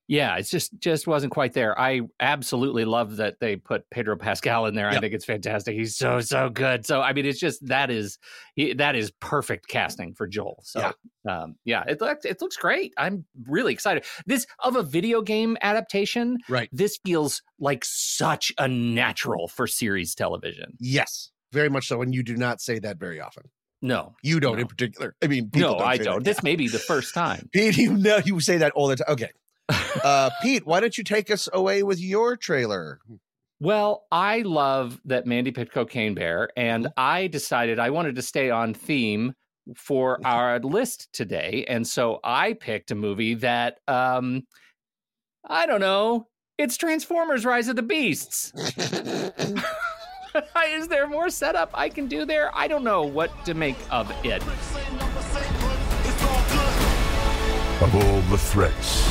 Speaker 3: Yeah, it's just just wasn't quite there. I absolutely love that they put Pedro Pascal in there. I
Speaker 1: Yeah.
Speaker 3: think it's fantastic. He's so so good. So I mean, it's just that is he- that is perfect casting for Joel. So yeah, um, yeah it looks it looks great. I'm really excited. This of a video game adaptation.
Speaker 1: Right.
Speaker 3: This feels like such a natural for series television.
Speaker 1: Yes, very much so. And you do not say that very often.
Speaker 3: No,
Speaker 1: You don't
Speaker 3: No.
Speaker 1: in particular. I mean,
Speaker 3: no,
Speaker 1: people
Speaker 3: I
Speaker 1: say
Speaker 3: don't.
Speaker 1: That.
Speaker 3: This may be the first time.
Speaker 1: Pete, you know, you say that all the time. Okay. Uh, Pete, why don't you take us away with your trailer?
Speaker 3: Well, I love that Mandy picked Cocaine Bear, and
Speaker 1: Mm-hmm.
Speaker 3: I decided I wanted to stay on theme for
Speaker 1: Mm-hmm.
Speaker 3: our list today. And so I picked a movie that, um, I don't know, it's Transformers Rise of the Beasts. Is there more setup I can do there? I don't know what to make of it.
Speaker 14: of all the threats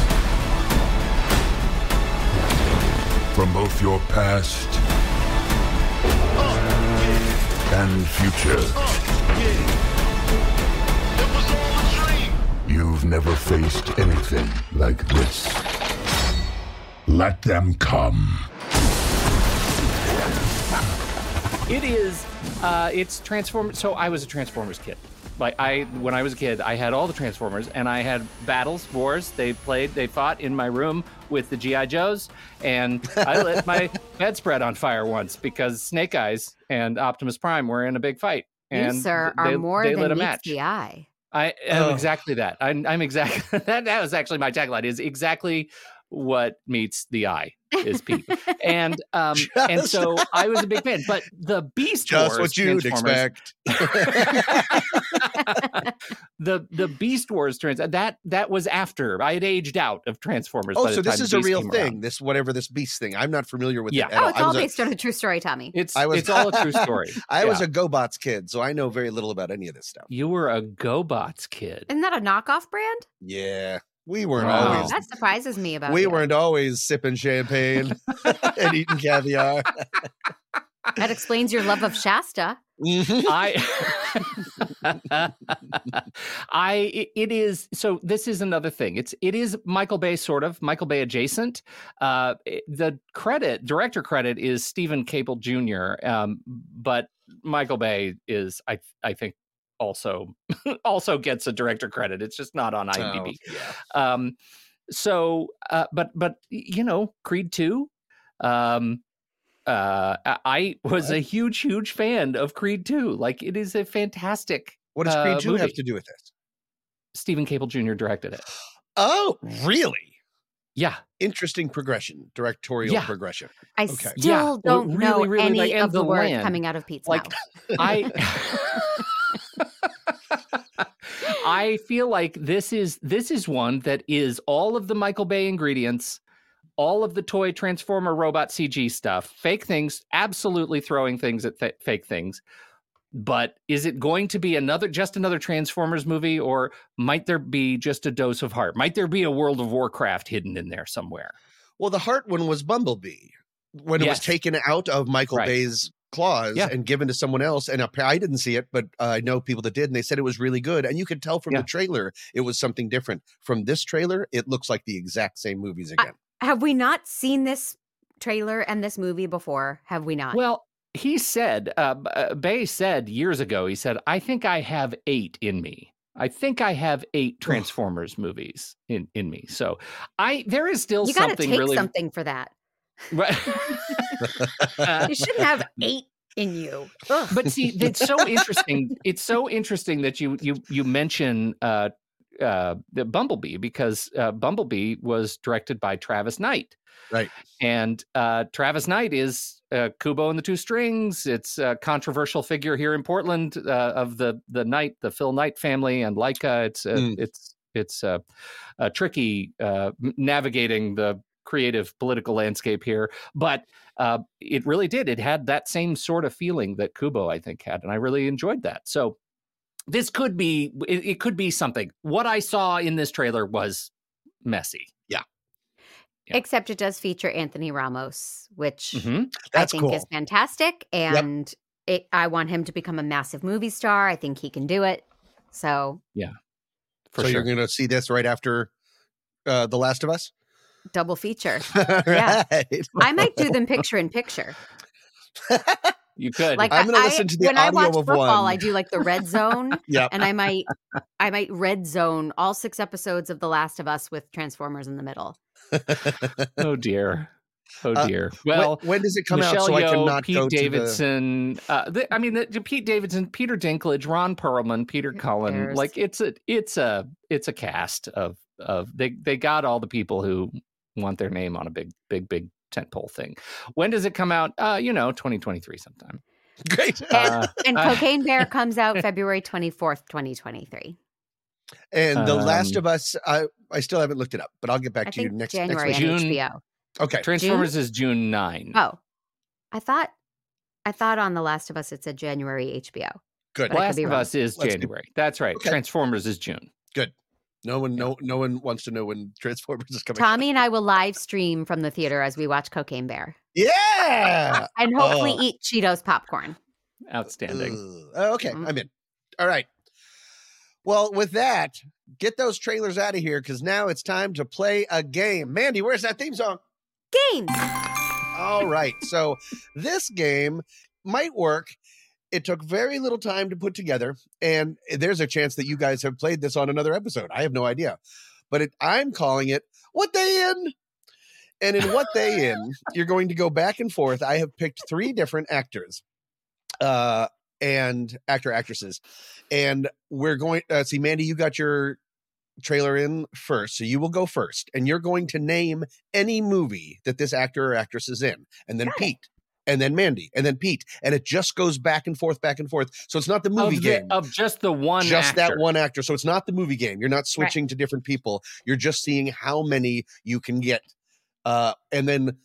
Speaker 14: from both your past and future. You've never faced anything like this. Let them come.
Speaker 3: It is. Uh, it's Transformers. So I was a Transformers kid. Like I, when I was a kid, I had all the Transformers, and I had battles, wars. They played, they fought in my room with the GI Joes, and I lit my bedspread on fire once because Snake Eyes and Optimus Prime were in a big fight. And
Speaker 2: you, sir,
Speaker 3: they,
Speaker 2: are more
Speaker 3: they
Speaker 2: than
Speaker 3: lit a
Speaker 2: meets
Speaker 3: match.
Speaker 2: the eye.
Speaker 3: I am
Speaker 2: Ugh.
Speaker 3: exactly that. I'm, I'm exactly that. That was actually my tagline. Is exactly what meets the eye is Pete, and um, and
Speaker 1: Just-
Speaker 3: so I was a big fan. But the Beast
Speaker 1: Just
Speaker 3: Wars
Speaker 1: what you'd
Speaker 3: Transformers-
Speaker 1: expect.
Speaker 3: the the Beast Wars trans that that was after I had aged out of Transformers. by
Speaker 1: Oh,
Speaker 3: the
Speaker 1: so this
Speaker 3: time
Speaker 1: is a
Speaker 3: Beast
Speaker 1: real
Speaker 3: came
Speaker 1: thing.
Speaker 3: around.
Speaker 1: This whatever this beast thing. I'm not familiar with
Speaker 3: Yeah.
Speaker 1: it. At
Speaker 2: Oh,
Speaker 1: all.
Speaker 2: it's
Speaker 1: I
Speaker 2: all
Speaker 1: was a-
Speaker 2: based on a true story, Tommy.
Speaker 3: It's
Speaker 1: I was-
Speaker 3: it's all a true story.
Speaker 1: I was
Speaker 3: Yeah.
Speaker 1: a GoBots kid, so I know very little about any of this stuff.
Speaker 3: you were a GoBots kid.
Speaker 2: Isn't that a knockoff brand?
Speaker 1: Yeah, we weren't
Speaker 3: Wow.
Speaker 1: always
Speaker 2: That surprises me about
Speaker 1: we
Speaker 2: you.
Speaker 1: weren't always sipping champagne and eating caviar.
Speaker 2: That explains your love of Shasta.
Speaker 3: Mm-hmm. I I it- it is so this is another thing. It's it is Michael Bay sort of Michael Bay adjacent. Uh it- the credit director credit is Stephen Cable Jr. Um but Michael Bay is I I think also also gets a director credit. It's just not on IMDb. Um so uh but but you know Creed 2 um uh I- I was a huge huge fan of Creed 2. Like it is a fantastic
Speaker 1: What does Creed
Speaker 3: uh,
Speaker 1: Two
Speaker 3: movie.
Speaker 1: have to do with this?
Speaker 3: Stephen Cable Jr. directed it.
Speaker 1: Oh, really?
Speaker 3: Yeah.
Speaker 1: Interesting progression, directorial
Speaker 3: Yeah.
Speaker 1: progression.
Speaker 2: I
Speaker 1: Okay.
Speaker 3: Yeah,
Speaker 2: still
Speaker 3: it
Speaker 2: don't
Speaker 3: really,
Speaker 2: know
Speaker 3: really,
Speaker 2: any
Speaker 3: like, and
Speaker 2: of the,
Speaker 3: the
Speaker 2: words
Speaker 3: land.
Speaker 2: coming out of Pete's
Speaker 3: Like
Speaker 2: mouth.
Speaker 3: I I feel like this is this is one that is all of the Michael Bay ingredients, all of the toy transformer robot CG stuff, fake things, absolutely throwing things at th- fake things. But is it going to be another just another Transformers movie or might there be just a dose of heart? Might there be a World of Warcraft hidden in there somewhere?
Speaker 1: Well, the heart one was Bumblebee when it was
Speaker 3: Yes.
Speaker 1: taken out of Michael
Speaker 3: Right.
Speaker 1: Bay's claws
Speaker 3: Yeah.
Speaker 1: and given to someone else. And appa- I didn't see it, but uh, I know people that did, and they said it was really good. And you could tell from
Speaker 3: Yeah.
Speaker 1: the trailer it was something different. From this trailer, it looks like the exact same movies
Speaker 2: I-
Speaker 1: again.
Speaker 2: have we not seen this trailer and this movie before? Have we not?
Speaker 3: Well, he said, uh, B- uh, Bay said years ago, he said, I think I have eight in me. I think I have eight Transformers movies in, in me. So I there is still
Speaker 2: you got to
Speaker 3: something
Speaker 2: take
Speaker 3: really
Speaker 2: something for that.
Speaker 3: Right. uh,
Speaker 2: You shouldn't have eight in you. Ugh.
Speaker 3: but see it's so interesting it's so interesting that you you you mention uh uh the bumblebee because uh, bumblebee was directed by travis knight
Speaker 1: Right.
Speaker 3: and uh travis knight is uh kubo and the two strings it's a controversial figure here in portland uh, of the the knight the phil knight family and leica it's uh,
Speaker 1: Mm.
Speaker 3: it's it's uh, uh tricky uh m- navigating the creative political landscape here but uh, it really did. It had that same sort of feeling that Kubo, I think, had, and I really enjoyed that. So this could be it, it could be something. What I saw in this trailer was messy. Yeah.
Speaker 2: Except it does feature Anthony Ramos, which
Speaker 1: Mm-hmm.
Speaker 3: Mhm.
Speaker 1: That's
Speaker 2: I think
Speaker 1: cool.
Speaker 2: is fantastic. And it, I want him to become a massive movie star. I think he can do it. So
Speaker 3: For
Speaker 1: so
Speaker 3: sure.
Speaker 1: you're going to see this right after uh, The Last of Us?
Speaker 2: double feature. Yeah.
Speaker 1: yeah.
Speaker 2: I might do them picture in picture.
Speaker 3: you could.
Speaker 2: Like
Speaker 1: I'm
Speaker 2: I-
Speaker 1: going to
Speaker 2: I-
Speaker 1: listen to the
Speaker 2: when
Speaker 1: audio
Speaker 2: I watch
Speaker 1: of
Speaker 2: football,
Speaker 1: one.
Speaker 2: I do like the red zone.
Speaker 1: Yep.
Speaker 2: And I might I might red zone all six episodes of The Last of Us with Transformers in the middle.
Speaker 3: oh dear. Oh
Speaker 1: Uh,
Speaker 3: dear.
Speaker 1: When-
Speaker 3: well,
Speaker 1: when, does it come
Speaker 3: Michelle
Speaker 1: out so
Speaker 3: Yeoh,
Speaker 1: I cannot
Speaker 3: Pete
Speaker 1: go to
Speaker 3: Davidson. Uh, th- I mean, the, the Pete Davidson, Peter Dinklage, Ron Perlman, Peter Cullen.
Speaker 2: cares?
Speaker 3: Like it's a it's a it's a cast of of they they got all the people who want their name on a big big big tentpole thing. When does it come out? Uh, you know, 2023 sometime.
Speaker 1: the great
Speaker 3: Uh,
Speaker 2: And
Speaker 3: I-
Speaker 2: Cocaine Bear comes out February 24th, 2023.
Speaker 1: and The Last
Speaker 3: um,
Speaker 1: of Us? I I still haven't looked it up, but I'll get back
Speaker 2: I
Speaker 1: to you
Speaker 2: think
Speaker 1: next next
Speaker 2: January
Speaker 1: week.
Speaker 2: on
Speaker 3: June-
Speaker 2: HBO.
Speaker 1: Okay,
Speaker 3: Transformers is June 9.
Speaker 2: Oh. I thought I thought on The Last of Us it said January HBO.
Speaker 1: good.
Speaker 2: but I could
Speaker 3: Last
Speaker 2: be
Speaker 3: of
Speaker 2: wrong.
Speaker 3: Us is
Speaker 1: Let's do-
Speaker 3: January. That's right.
Speaker 1: Okay.
Speaker 3: Transformers is June.
Speaker 1: No one, no, no one wants to know when Transformers is coming. out.
Speaker 2: Tommy and I will live stream from the theater as we watch Cocaine Bear
Speaker 1: Yeah.
Speaker 2: and hopefully
Speaker 1: Oh.
Speaker 2: eat Cheetos popcorn.
Speaker 3: Outstanding.
Speaker 1: Ugh. Oh, okay,
Speaker 2: Mhm.
Speaker 1: I'm in. All right. Well, with that, get those trailers out of here because now it's time to play a game. Mandy, where's that theme song?
Speaker 2: Games.
Speaker 1: All right. So this game might work. It took very little time to put together, and there's a chance that you guys have played this on another episode. I have no idea, but it, I'm calling it "What They In." And in "What They In," you're going to go back and forth. I have picked three different actors, uh, and actor actresses, and we're going. Uh, see, Mandy, you got your trailer in first, so you will go first, and you're going to name any movie that this actor or actress is in, and then
Speaker 2: Got it.
Speaker 1: Pete, and then Mandy, and then Pete, and it just goes back and forth, back and forth. So it's not the movie
Speaker 3: of, the-
Speaker 1: game.
Speaker 3: of just the one
Speaker 1: just that
Speaker 3: actor.
Speaker 1: one actor. So it's not the movie game. You're not switching to different people. You're just seeing how many you can get. Uh, and then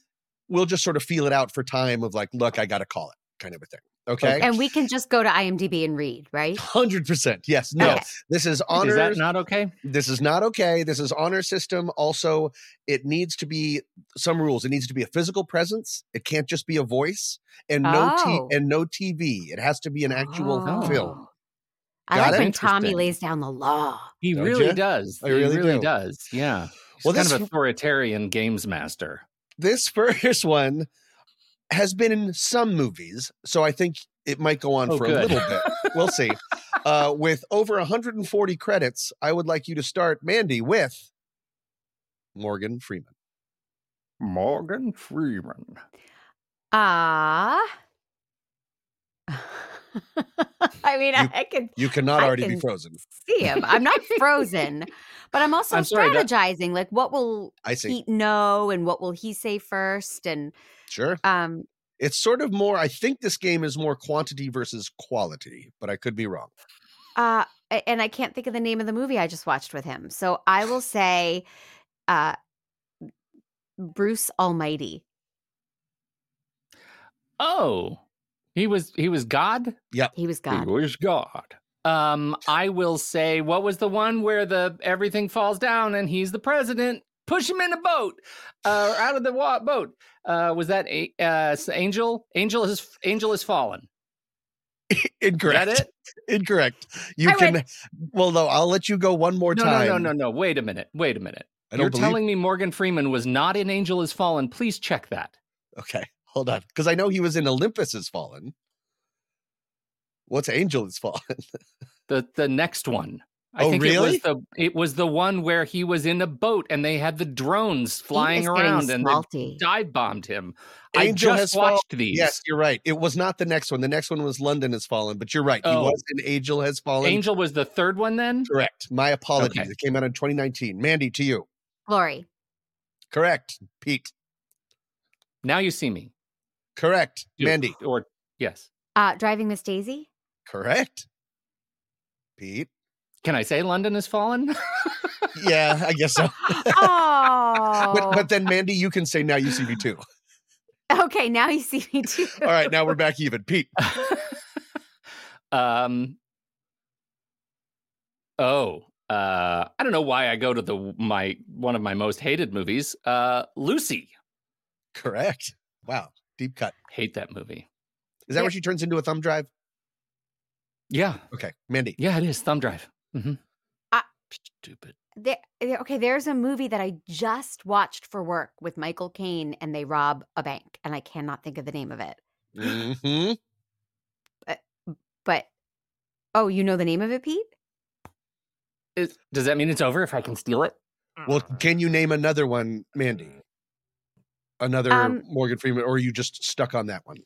Speaker 1: we'll just sort of feel it out for time of like, look, I got to call it kind of a thing. Okay.
Speaker 2: And we can just go to IMDb and read, right?
Speaker 1: 100%. Yes. No.
Speaker 2: Okay.
Speaker 1: This is honors.
Speaker 3: Is that not okay?
Speaker 1: this is not okay. This is honor system. Also, it needs to be some rules. It needs to be a physical presence. It can't just be a voice and no
Speaker 2: Oh.
Speaker 1: t- and no TV. It has to be an actual film.
Speaker 2: Oh. I
Speaker 1: Got
Speaker 2: like
Speaker 1: it?
Speaker 2: when Tommy
Speaker 3: Interesting.
Speaker 2: lays down the law.
Speaker 3: He
Speaker 1: Don't
Speaker 3: really
Speaker 1: ya?
Speaker 3: does.
Speaker 1: I
Speaker 3: he
Speaker 1: really
Speaker 3: really
Speaker 1: do.
Speaker 3: does. Yeah. He's
Speaker 1: Well,
Speaker 3: kind
Speaker 1: this-
Speaker 3: of authoritarian games master.
Speaker 1: This first one has been in some movies, so I think it might go on
Speaker 3: Oh,
Speaker 1: for a
Speaker 3: good.
Speaker 1: little bit. We'll see. Uh, with over 140 credits, I would like you to start, Mandy, with Morgan Freeman.
Speaker 3: Morgan Freeman.
Speaker 2: Ah. I mean,
Speaker 1: You-
Speaker 2: I can
Speaker 1: You cannot
Speaker 2: I
Speaker 1: already be
Speaker 2: can-
Speaker 1: frozen.
Speaker 2: see him. I'm not frozen, but I'm also
Speaker 3: I'm sorry, that-
Speaker 2: strategizing. Like, what will
Speaker 1: I see.
Speaker 2: Pete know, and what will he say first? And
Speaker 1: Sure.
Speaker 2: um,
Speaker 1: It's sort of more. I think this game is more quantity versus quality, but I could be wrong.
Speaker 2: uh, a- and I can't think of the name of the movie I just watched with him. So I will say uh Bruce Almighty.
Speaker 3: Oh, he was he was God.
Speaker 1: Yep,
Speaker 2: he was God.
Speaker 3: was God. Um, I will say, what was the one where the everything falls down and he's the president? Push him in a boat, uh, or out of the wa- boat. Uh, was that a, uh, Angel? Angel is Angel is fallen.
Speaker 1: Incorrect.
Speaker 3: Is that it?
Speaker 1: Incorrect. You
Speaker 3: I
Speaker 1: can.
Speaker 3: win.
Speaker 1: Well, no, I'll let you go one more
Speaker 3: no,
Speaker 1: time.
Speaker 3: no, no, no, no. Wait a minute. Wait a minute.
Speaker 1: I don't
Speaker 3: You're
Speaker 1: believe-
Speaker 3: telling me Morgan Freeman was not in Angel is Fallen. Please check that.
Speaker 1: Okay, hold on, because I know he was in Olympus Has Fallen. What's Angel Has Fallen?
Speaker 3: the the next one. I
Speaker 1: Oh,
Speaker 3: think it
Speaker 1: really?
Speaker 3: was the it was the one where he was in a boat and they had the drones flying
Speaker 1: was getting
Speaker 3: around and
Speaker 2: they
Speaker 3: dive bombed him.
Speaker 1: Angel
Speaker 3: I
Speaker 1: Has
Speaker 3: just watched
Speaker 1: Fallen.
Speaker 3: these.
Speaker 1: Yes, you're right. It was not the next one. The next one was London Has Fallen, but you're right. He
Speaker 3: Oh.
Speaker 1: was in Angel Has Fallen.
Speaker 3: Angel was the third one then?
Speaker 1: Correct. My apologies.
Speaker 3: Okay.
Speaker 1: It came out in 2019. Mandy, to you.
Speaker 2: Glory.
Speaker 1: Correct. Pete.
Speaker 3: Now you see me.
Speaker 1: Correct.
Speaker 3: Dude,
Speaker 1: Mandy.
Speaker 3: Or yes.
Speaker 2: Uh Driving Miss Daisy?
Speaker 1: Correct. Pete.
Speaker 3: Can I say London has fallen?
Speaker 1: Yeah, I guess so.
Speaker 2: Oh.
Speaker 1: But, but then, Mandy, you can say now you see me too.
Speaker 2: okay, now you see me too.
Speaker 1: All right, now we're back even. Pete.
Speaker 3: um Oh, uh I don't know why I go to the my one of my most hated movies, uh Lucy.
Speaker 1: Correct. Wow. Deep cut.
Speaker 3: Hate that movie.
Speaker 1: Is that where she turns into a thumb drive?
Speaker 3: Yeah.
Speaker 1: Okay. Mandy.
Speaker 3: Yeah, it is thumb drive. Mhm.
Speaker 2: I-
Speaker 3: Stupid.
Speaker 2: There, there- okay, there's a movie that I just watched for work with Michael Caine and they rob a bank and I cannot think of the name of it.
Speaker 1: Mm-hmm.
Speaker 2: But oh, you know the name of it, Pete?
Speaker 3: Is, does that mean it's over if I can steal it?
Speaker 1: Well, can you name another one, Mandy? Another
Speaker 2: Um,
Speaker 1: Morgan Freeman, or are you just stuck on that one?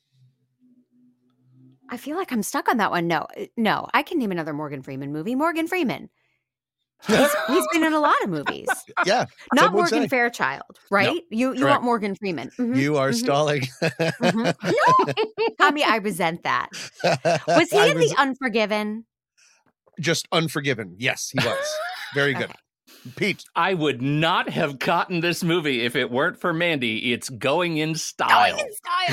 Speaker 2: I feel like I'm stuck on that one. No, uh, no, I can name another Morgan Freeman movie. Morgan Freeman. He's, he's been in a lot of movies.
Speaker 1: Yeah.
Speaker 2: Not
Speaker 1: some would
Speaker 2: Morgan
Speaker 1: say.
Speaker 2: Fairchild, right? you you
Speaker 1: correct.
Speaker 2: want Morgan Freeman. Mhm,
Speaker 1: You are
Speaker 2: mhm.
Speaker 1: stalling.
Speaker 2: Mm-hmm. Tommy, I resent that. Was he
Speaker 1: I
Speaker 2: in The Unforgiven?
Speaker 1: just unforgiven? Yes, he was. Very good. Pete.
Speaker 3: I would not have gotten this movie if it weren't for Mandy. It's going in style.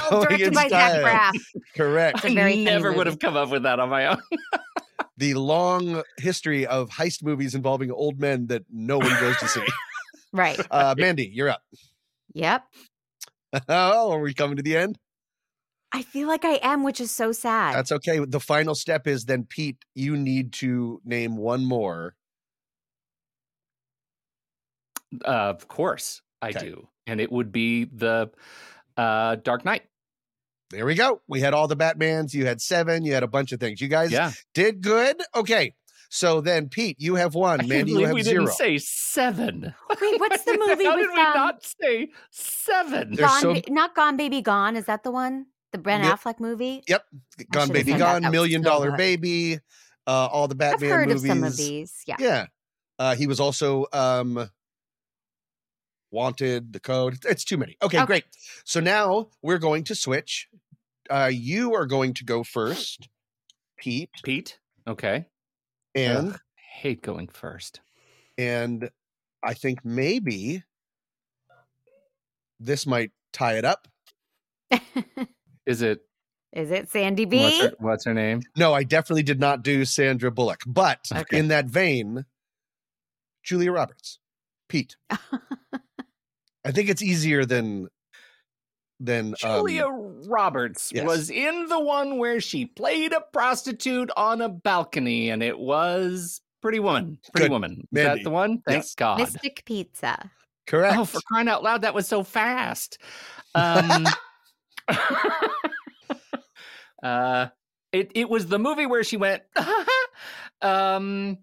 Speaker 2: Style,
Speaker 1: Going
Speaker 2: directed
Speaker 1: in
Speaker 2: by
Speaker 1: style.
Speaker 2: Zach Braff.
Speaker 1: Correct.
Speaker 2: It's a very
Speaker 3: I
Speaker 2: funny
Speaker 3: never would
Speaker 2: movie.
Speaker 3: have come up with that on my own.
Speaker 1: The long history of heist movies involving old men that no one goes to see.
Speaker 2: Right.
Speaker 1: Uh, Mandy, you're up.
Speaker 2: Yep.
Speaker 1: oh, are we coming to the end?
Speaker 2: I feel like I am, which is so sad.
Speaker 1: That's okay. The final step is then, Pete, you need to name one more.
Speaker 3: Uh, of course, I
Speaker 1: Okay.
Speaker 3: do, and it would be the uh, Dark Knight.
Speaker 1: There we go. We had all the Batmans. You had seven. You had a bunch of things. You guys
Speaker 3: Yeah.
Speaker 1: did good. Okay. So then, Pete, you have one.
Speaker 3: I can't
Speaker 1: Mandy, you
Speaker 3: believe
Speaker 1: have
Speaker 3: we
Speaker 1: 0
Speaker 3: didn't say seven.
Speaker 2: Wait, what's the movie
Speaker 3: How
Speaker 2: with
Speaker 3: did we
Speaker 2: um,
Speaker 3: not say seven?
Speaker 1: There's
Speaker 2: Gone,
Speaker 1: so-
Speaker 2: Ba- not Gone Baby Gone. Is that the one? The Ben
Speaker 1: Yep.
Speaker 2: Affleck movie.
Speaker 1: Yep. Gone
Speaker 2: should've
Speaker 1: Baby
Speaker 2: said that.
Speaker 1: Gone,
Speaker 2: That was
Speaker 1: Million
Speaker 2: so
Speaker 1: Dollar
Speaker 2: good.
Speaker 1: Baby, uh, all the
Speaker 2: I've
Speaker 1: Batman
Speaker 2: heard
Speaker 1: movies.
Speaker 2: of some of these. Yeah.
Speaker 1: Yeah. Uh, he was also um, Wanted, The Code. It's too many. Okay,
Speaker 2: Okay.
Speaker 1: great. So now we're going to switch. Uh, you are going to go first, Pete,
Speaker 3: Pete. Okay.
Speaker 1: and
Speaker 3: Ugh, hate going first.
Speaker 1: and I think maybe this might tie it up.
Speaker 3: Is it
Speaker 2: Is it Sandy B?
Speaker 3: what's her, what's her name?
Speaker 1: No, I definitely did not do Sandra Bullock, but
Speaker 3: Okay.
Speaker 1: in that vein, Julia Roberts, Pete. I think it's easier than than um,
Speaker 3: Julia Roberts
Speaker 1: yes.
Speaker 3: was in the one where she played a prostitute on a balcony, and it was Pretty Woman. Pretty
Speaker 1: Good.
Speaker 3: Woman. Is
Speaker 1: Mandy.
Speaker 3: that the one? Thanks
Speaker 1: Yes.
Speaker 3: God.
Speaker 2: Mystic Pizza.
Speaker 1: correct.
Speaker 3: Oh, for crying out loud, that was so fast. Um, uh, it it was the movie where she went. um,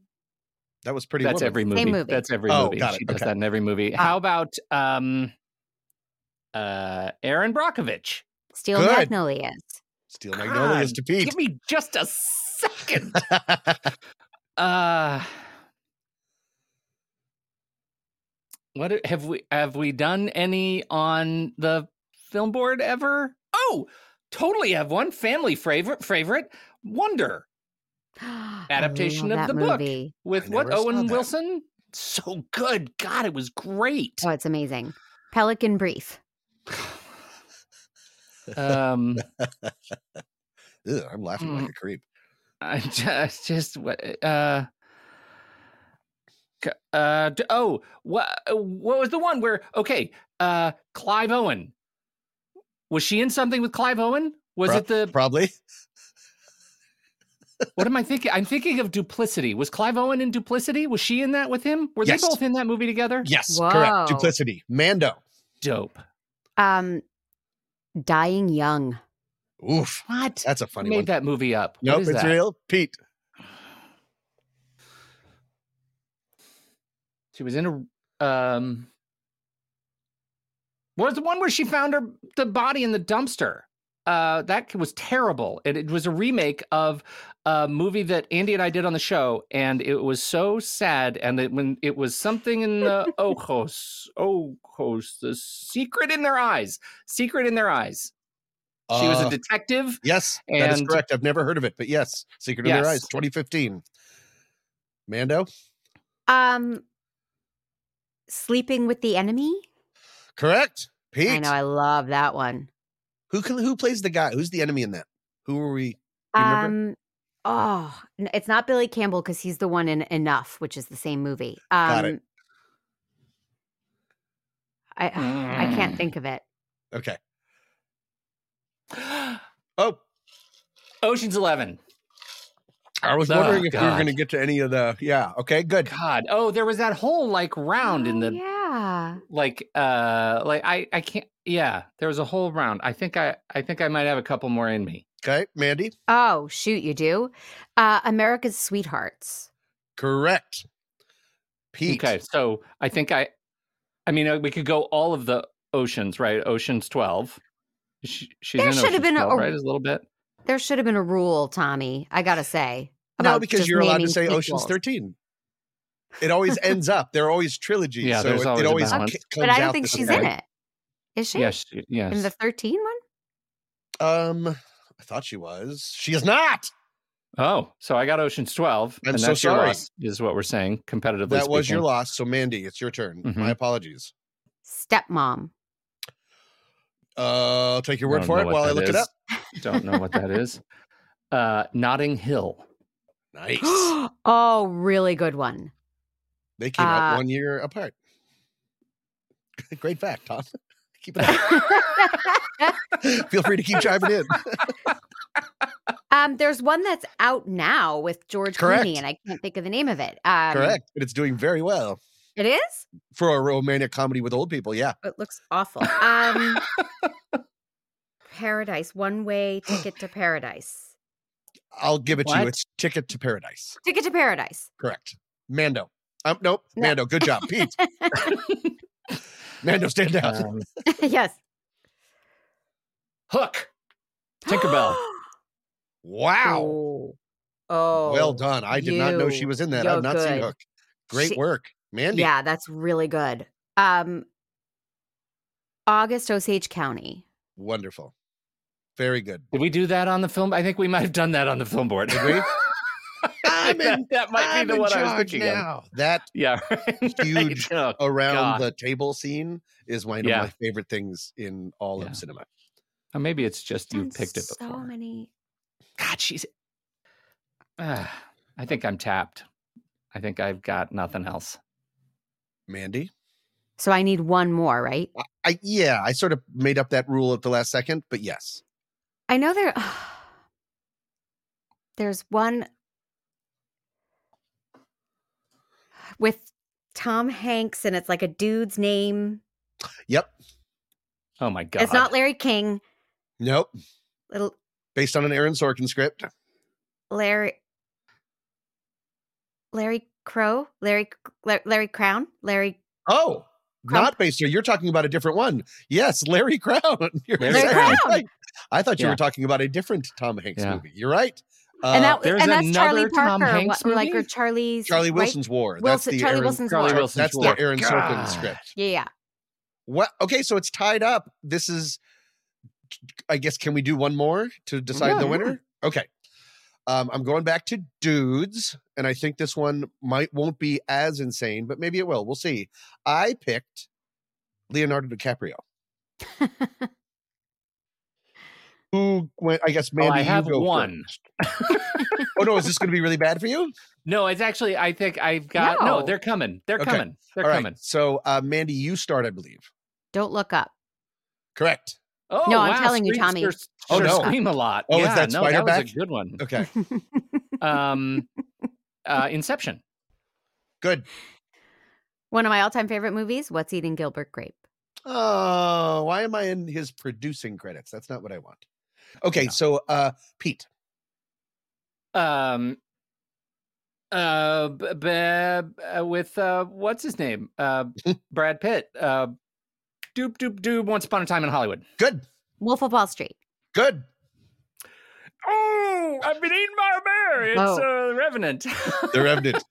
Speaker 1: that was pretty.
Speaker 3: that's
Speaker 1: Woman.
Speaker 3: every
Speaker 2: Same
Speaker 3: movie.
Speaker 2: movie.
Speaker 3: That's every
Speaker 1: Oh,
Speaker 3: movie.
Speaker 1: got it.
Speaker 3: She does
Speaker 1: Okay.
Speaker 3: that in every movie. How about um, uh, Aaron Brockovich?
Speaker 2: Steel
Speaker 1: Good.
Speaker 2: Magnolias.
Speaker 1: Steel Magnolias
Speaker 3: God,
Speaker 1: to Pete.
Speaker 3: Give me just a second. uh What a- have we have we done any on the film board ever? Oh, totally have one family favorite favorite Wonder. adaptation
Speaker 2: love
Speaker 3: of the
Speaker 2: that
Speaker 3: book
Speaker 2: movie.
Speaker 3: with
Speaker 2: I
Speaker 3: what
Speaker 2: never saw
Speaker 3: Owen
Speaker 2: that.
Speaker 3: Wilson. So good. God, it was great.
Speaker 2: Oh, it's amazing. Pelican Brief.
Speaker 3: Um,
Speaker 1: Ugh, I'm laughing like
Speaker 3: Mm.
Speaker 1: a creep.
Speaker 3: I just, just what? Uh, c- uh, d- oh, what? What was the one where? Okay, uh, Clive Owen. Was she in something with Clive Owen? Was
Speaker 1: Pro-
Speaker 3: it the?
Speaker 1: probably?
Speaker 3: what am I thinking? I'm thinking of Duplicity. Was Clive Owen in Duplicity? Was she in that with him? Were
Speaker 1: Yes.
Speaker 3: they both in that movie together?
Speaker 1: Yes,
Speaker 2: Wow.
Speaker 1: correct. Duplicity. Mando.
Speaker 3: Dope.
Speaker 2: Um, Dying Young.
Speaker 1: Oof.
Speaker 3: What?
Speaker 1: That's a funny
Speaker 3: Made
Speaker 1: one.
Speaker 3: that movie up. What
Speaker 1: nope,
Speaker 3: is
Speaker 1: it's
Speaker 3: that?
Speaker 1: real. Pete.
Speaker 3: She was in a. Um, what was the one where she found her the body in the dumpster? Uh, that was terrible. It, it was a remake of a movie that Andy and I did on the show, and it was so sad. And it, when it was something in the ojos, ojos, the secret in their eyes, secret in their eyes. She was
Speaker 1: Uh,
Speaker 3: a detective.
Speaker 1: Yes, that is
Speaker 3: And-
Speaker 1: correct. I've never heard of it, but yes, Secret of Their
Speaker 3: Yes.
Speaker 1: Eyes, 2015. Mando,
Speaker 2: Um, Sleeping with the Enemy.
Speaker 1: correct. Pete,
Speaker 2: I know. I love that one.
Speaker 1: who can, who plays the guy? Who's the enemy in that? Who are we? Do you remember?
Speaker 2: Um, oh, n- it's not Billy Campbell because he's the one in Enough, which is the same movie. Um,
Speaker 1: Got it.
Speaker 2: I I
Speaker 1: Mm.
Speaker 2: can't
Speaker 3: Mm.
Speaker 2: think of it.
Speaker 1: Okay. Oh,
Speaker 3: Ocean's Eleven.
Speaker 1: I was
Speaker 3: Oh,
Speaker 1: wondering if we were
Speaker 3: God.
Speaker 1: going to get to any of the. Yeah. Okay. Good.
Speaker 3: God. Oh, there was that whole like round in the
Speaker 2: Yeah.
Speaker 3: like uh like i i can't yeah there was a whole round i think i i think i might have a couple more in me
Speaker 1: Okay, Mandy.
Speaker 2: Oh shoot, you do. Uh, America's Sweethearts.
Speaker 1: Correct. Pete.
Speaker 3: okay so i think i i mean uh, we could go all of the oceans right oceans 12 she, she's
Speaker 2: There
Speaker 3: in
Speaker 2: should
Speaker 3: Ocean's
Speaker 2: have been a-
Speaker 3: 12, right Just a little bit
Speaker 2: There should have been a rule, Tommy. I gotta say.
Speaker 1: No,
Speaker 2: about
Speaker 1: because
Speaker 2: just
Speaker 1: you're allowed to
Speaker 2: naming
Speaker 1: say Ocean's
Speaker 2: sequels.
Speaker 1: 13. It always ends up. There are always trilogies.
Speaker 3: Yeah,
Speaker 1: so
Speaker 3: there's
Speaker 1: it-
Speaker 3: always
Speaker 1: it
Speaker 3: a
Speaker 1: always
Speaker 3: balance.
Speaker 1: c- comes
Speaker 2: But I
Speaker 1: out
Speaker 2: don't think
Speaker 1: this
Speaker 2: she's
Speaker 1: way.
Speaker 2: in it. Is she?
Speaker 3: yes she- yes
Speaker 2: In the thirteen one?
Speaker 1: Um, I thought she was. She is not.
Speaker 3: oh so i got oceans 12
Speaker 1: I'm
Speaker 3: and
Speaker 1: so
Speaker 3: that's your
Speaker 1: sorry.
Speaker 3: loss, is what we're saying competitively
Speaker 1: that was your
Speaker 3: speaking.
Speaker 1: loss. So Mandy, it's your turn.
Speaker 3: Mhm.
Speaker 1: My apologies.
Speaker 2: Stepmom.
Speaker 1: Uh, I'll take your word
Speaker 3: Don't
Speaker 1: for
Speaker 3: know
Speaker 1: it
Speaker 3: what
Speaker 1: while I
Speaker 3: that
Speaker 1: look
Speaker 3: is.
Speaker 1: it up.
Speaker 3: don't know what that is uh notting hill
Speaker 1: Nice.
Speaker 2: oh, really good one.
Speaker 1: they came out
Speaker 2: Uh,
Speaker 1: one year apart. Great fact, Tom. Keep it up. Feel free to keep chiming in.
Speaker 2: Um, there's one that's out now with George
Speaker 1: Correct.
Speaker 2: Clooney, and I can't think of the name of it. Um,
Speaker 1: Correct. But it's doing very well
Speaker 2: It is.
Speaker 1: for a romantic comedy with old people. Yeah.
Speaker 2: It looks awful. Um, paradise, one way ticket to paradise.
Speaker 1: I'll give it to you.
Speaker 3: What?
Speaker 1: It's Ticket to Paradise.
Speaker 2: Ticket to paradise.
Speaker 1: Correct. Mando. Um, nope.
Speaker 2: No.
Speaker 1: Mando. Good job, Pete. Mando, stand down.
Speaker 3: um,
Speaker 2: yes.
Speaker 3: hook tinkerbell
Speaker 1: wow.
Speaker 2: Oh. Oh,
Speaker 1: well done. I did not know she
Speaker 2: you.
Speaker 1: was in that. I've
Speaker 2: You're
Speaker 1: not seen
Speaker 2: good.
Speaker 1: Hook. Great
Speaker 2: She-
Speaker 1: work, Mandy.
Speaker 2: Yeah, that's really good. Um, August Osage County.
Speaker 1: Wonderful. Very good.
Speaker 3: Did we do that on the film? I think we might have done that on the film board.
Speaker 1: Did we? I'm
Speaker 3: that,
Speaker 1: in-
Speaker 3: that might
Speaker 1: I'm
Speaker 3: be the
Speaker 1: in
Speaker 3: one I was
Speaker 1: charge
Speaker 3: thinking of.
Speaker 1: now. That
Speaker 3: Yeah.
Speaker 1: Huge
Speaker 3: Oh,
Speaker 1: around
Speaker 3: God.
Speaker 1: the table scene is one
Speaker 3: Yeah.
Speaker 1: of my favorite things in all
Speaker 3: Yeah.
Speaker 1: of cinema.
Speaker 3: Or maybe it's just you
Speaker 2: Done
Speaker 3: picked it
Speaker 2: So
Speaker 3: before.
Speaker 2: many.
Speaker 3: God, she's. Ah, I think I'm tapped. I think I've got nothing else.
Speaker 1: Mandy?
Speaker 2: So I need one more, right?
Speaker 1: I, I yeah, I sort of made up that rule at the last second, but yes.
Speaker 2: I know there. there's one with Tom Hanks, and it's like a dude's name.
Speaker 1: Yep.
Speaker 3: Oh my God.
Speaker 2: It's not Larry King.
Speaker 1: Nope.
Speaker 2: Little
Speaker 1: Based on an Aaron Sorkin script.
Speaker 2: Larry. Larry Crow, Larry, Larry, Larry Crown, Larry,
Speaker 1: Oh,
Speaker 2: Crump.
Speaker 1: not based. on- You're talking about a different one. Yes, Larry Crown. You're
Speaker 3: Larry
Speaker 1: exactly
Speaker 2: Crown.
Speaker 1: right. I thought you
Speaker 3: Yeah.
Speaker 1: were talking about a different Tom Hanks
Speaker 3: Yeah.
Speaker 1: movie. You're right. Uh,
Speaker 2: and that,
Speaker 3: there's
Speaker 2: and that's Charlie
Speaker 3: another Tom
Speaker 2: Parker,
Speaker 3: Hanks
Speaker 2: what- like
Speaker 3: movie?
Speaker 2: or Charlie's
Speaker 1: Charlie
Speaker 2: right?
Speaker 1: Wilson's War.
Speaker 2: Wilson-
Speaker 1: that's the
Speaker 2: Charlie
Speaker 1: Aaron,
Speaker 2: Wilson's
Speaker 3: Charlie
Speaker 2: War.
Speaker 3: Wilson's
Speaker 1: that's
Speaker 3: War.
Speaker 1: the Aaron
Speaker 3: God.
Speaker 1: Sorkin script.
Speaker 2: Yeah, yeah.
Speaker 1: What? Okay, so it's tied up. This is, I guess, can we do one more to
Speaker 3: Yeah,
Speaker 1: decide the
Speaker 3: yeah.
Speaker 1: winner? Okay. Um, I'm going back to dudes, and I think this one might won't be as insane, but maybe it will. We'll see. I picked Leonardo DiCaprio. Who went? I guess
Speaker 3: Oh,
Speaker 1: Mandy.
Speaker 3: I
Speaker 1: you
Speaker 3: have
Speaker 1: go
Speaker 3: one.
Speaker 1: first. Oh no, is this going to be really bad for you?
Speaker 3: No, it's actually. I think I've got. No,
Speaker 1: No.
Speaker 3: they're coming. They're
Speaker 1: Okay.
Speaker 3: coming. They're
Speaker 1: All right,
Speaker 3: coming.
Speaker 1: So, uh, Mandy, you start, I believe.
Speaker 2: Don't look up.
Speaker 1: Correct.
Speaker 3: Oh,
Speaker 2: No, I'm
Speaker 3: wow,
Speaker 2: telling you,
Speaker 3: Scream-
Speaker 2: Tommy.
Speaker 3: Sure,
Speaker 1: Oh,
Speaker 3: sure
Speaker 1: no.
Speaker 3: scream a lot.
Speaker 1: Oh, is
Speaker 3: yeah,
Speaker 1: that
Speaker 3: no, that was
Speaker 1: Spiderback?
Speaker 3: a good one.
Speaker 1: Okay.
Speaker 3: Um, uh, Inception.
Speaker 1: Good.
Speaker 2: One of my all-time favorite movies, What's Eating Gilbert Grape.
Speaker 1: Oh, why am I in his producing credits? That's not what I want. Okay, so uh, Pete.
Speaker 3: Um, uh, b- b- uh, with uh, what's his name? Uh, Brad Pitt. Uh, doop doop doop. Once upon a time in Hollywood.
Speaker 1: Good.
Speaker 2: Wolf of Wall Street.
Speaker 1: Good.
Speaker 3: Oh, I've been eaten by a bear. It's
Speaker 2: Oh.
Speaker 3: uh, Revenant.
Speaker 1: The Revenant.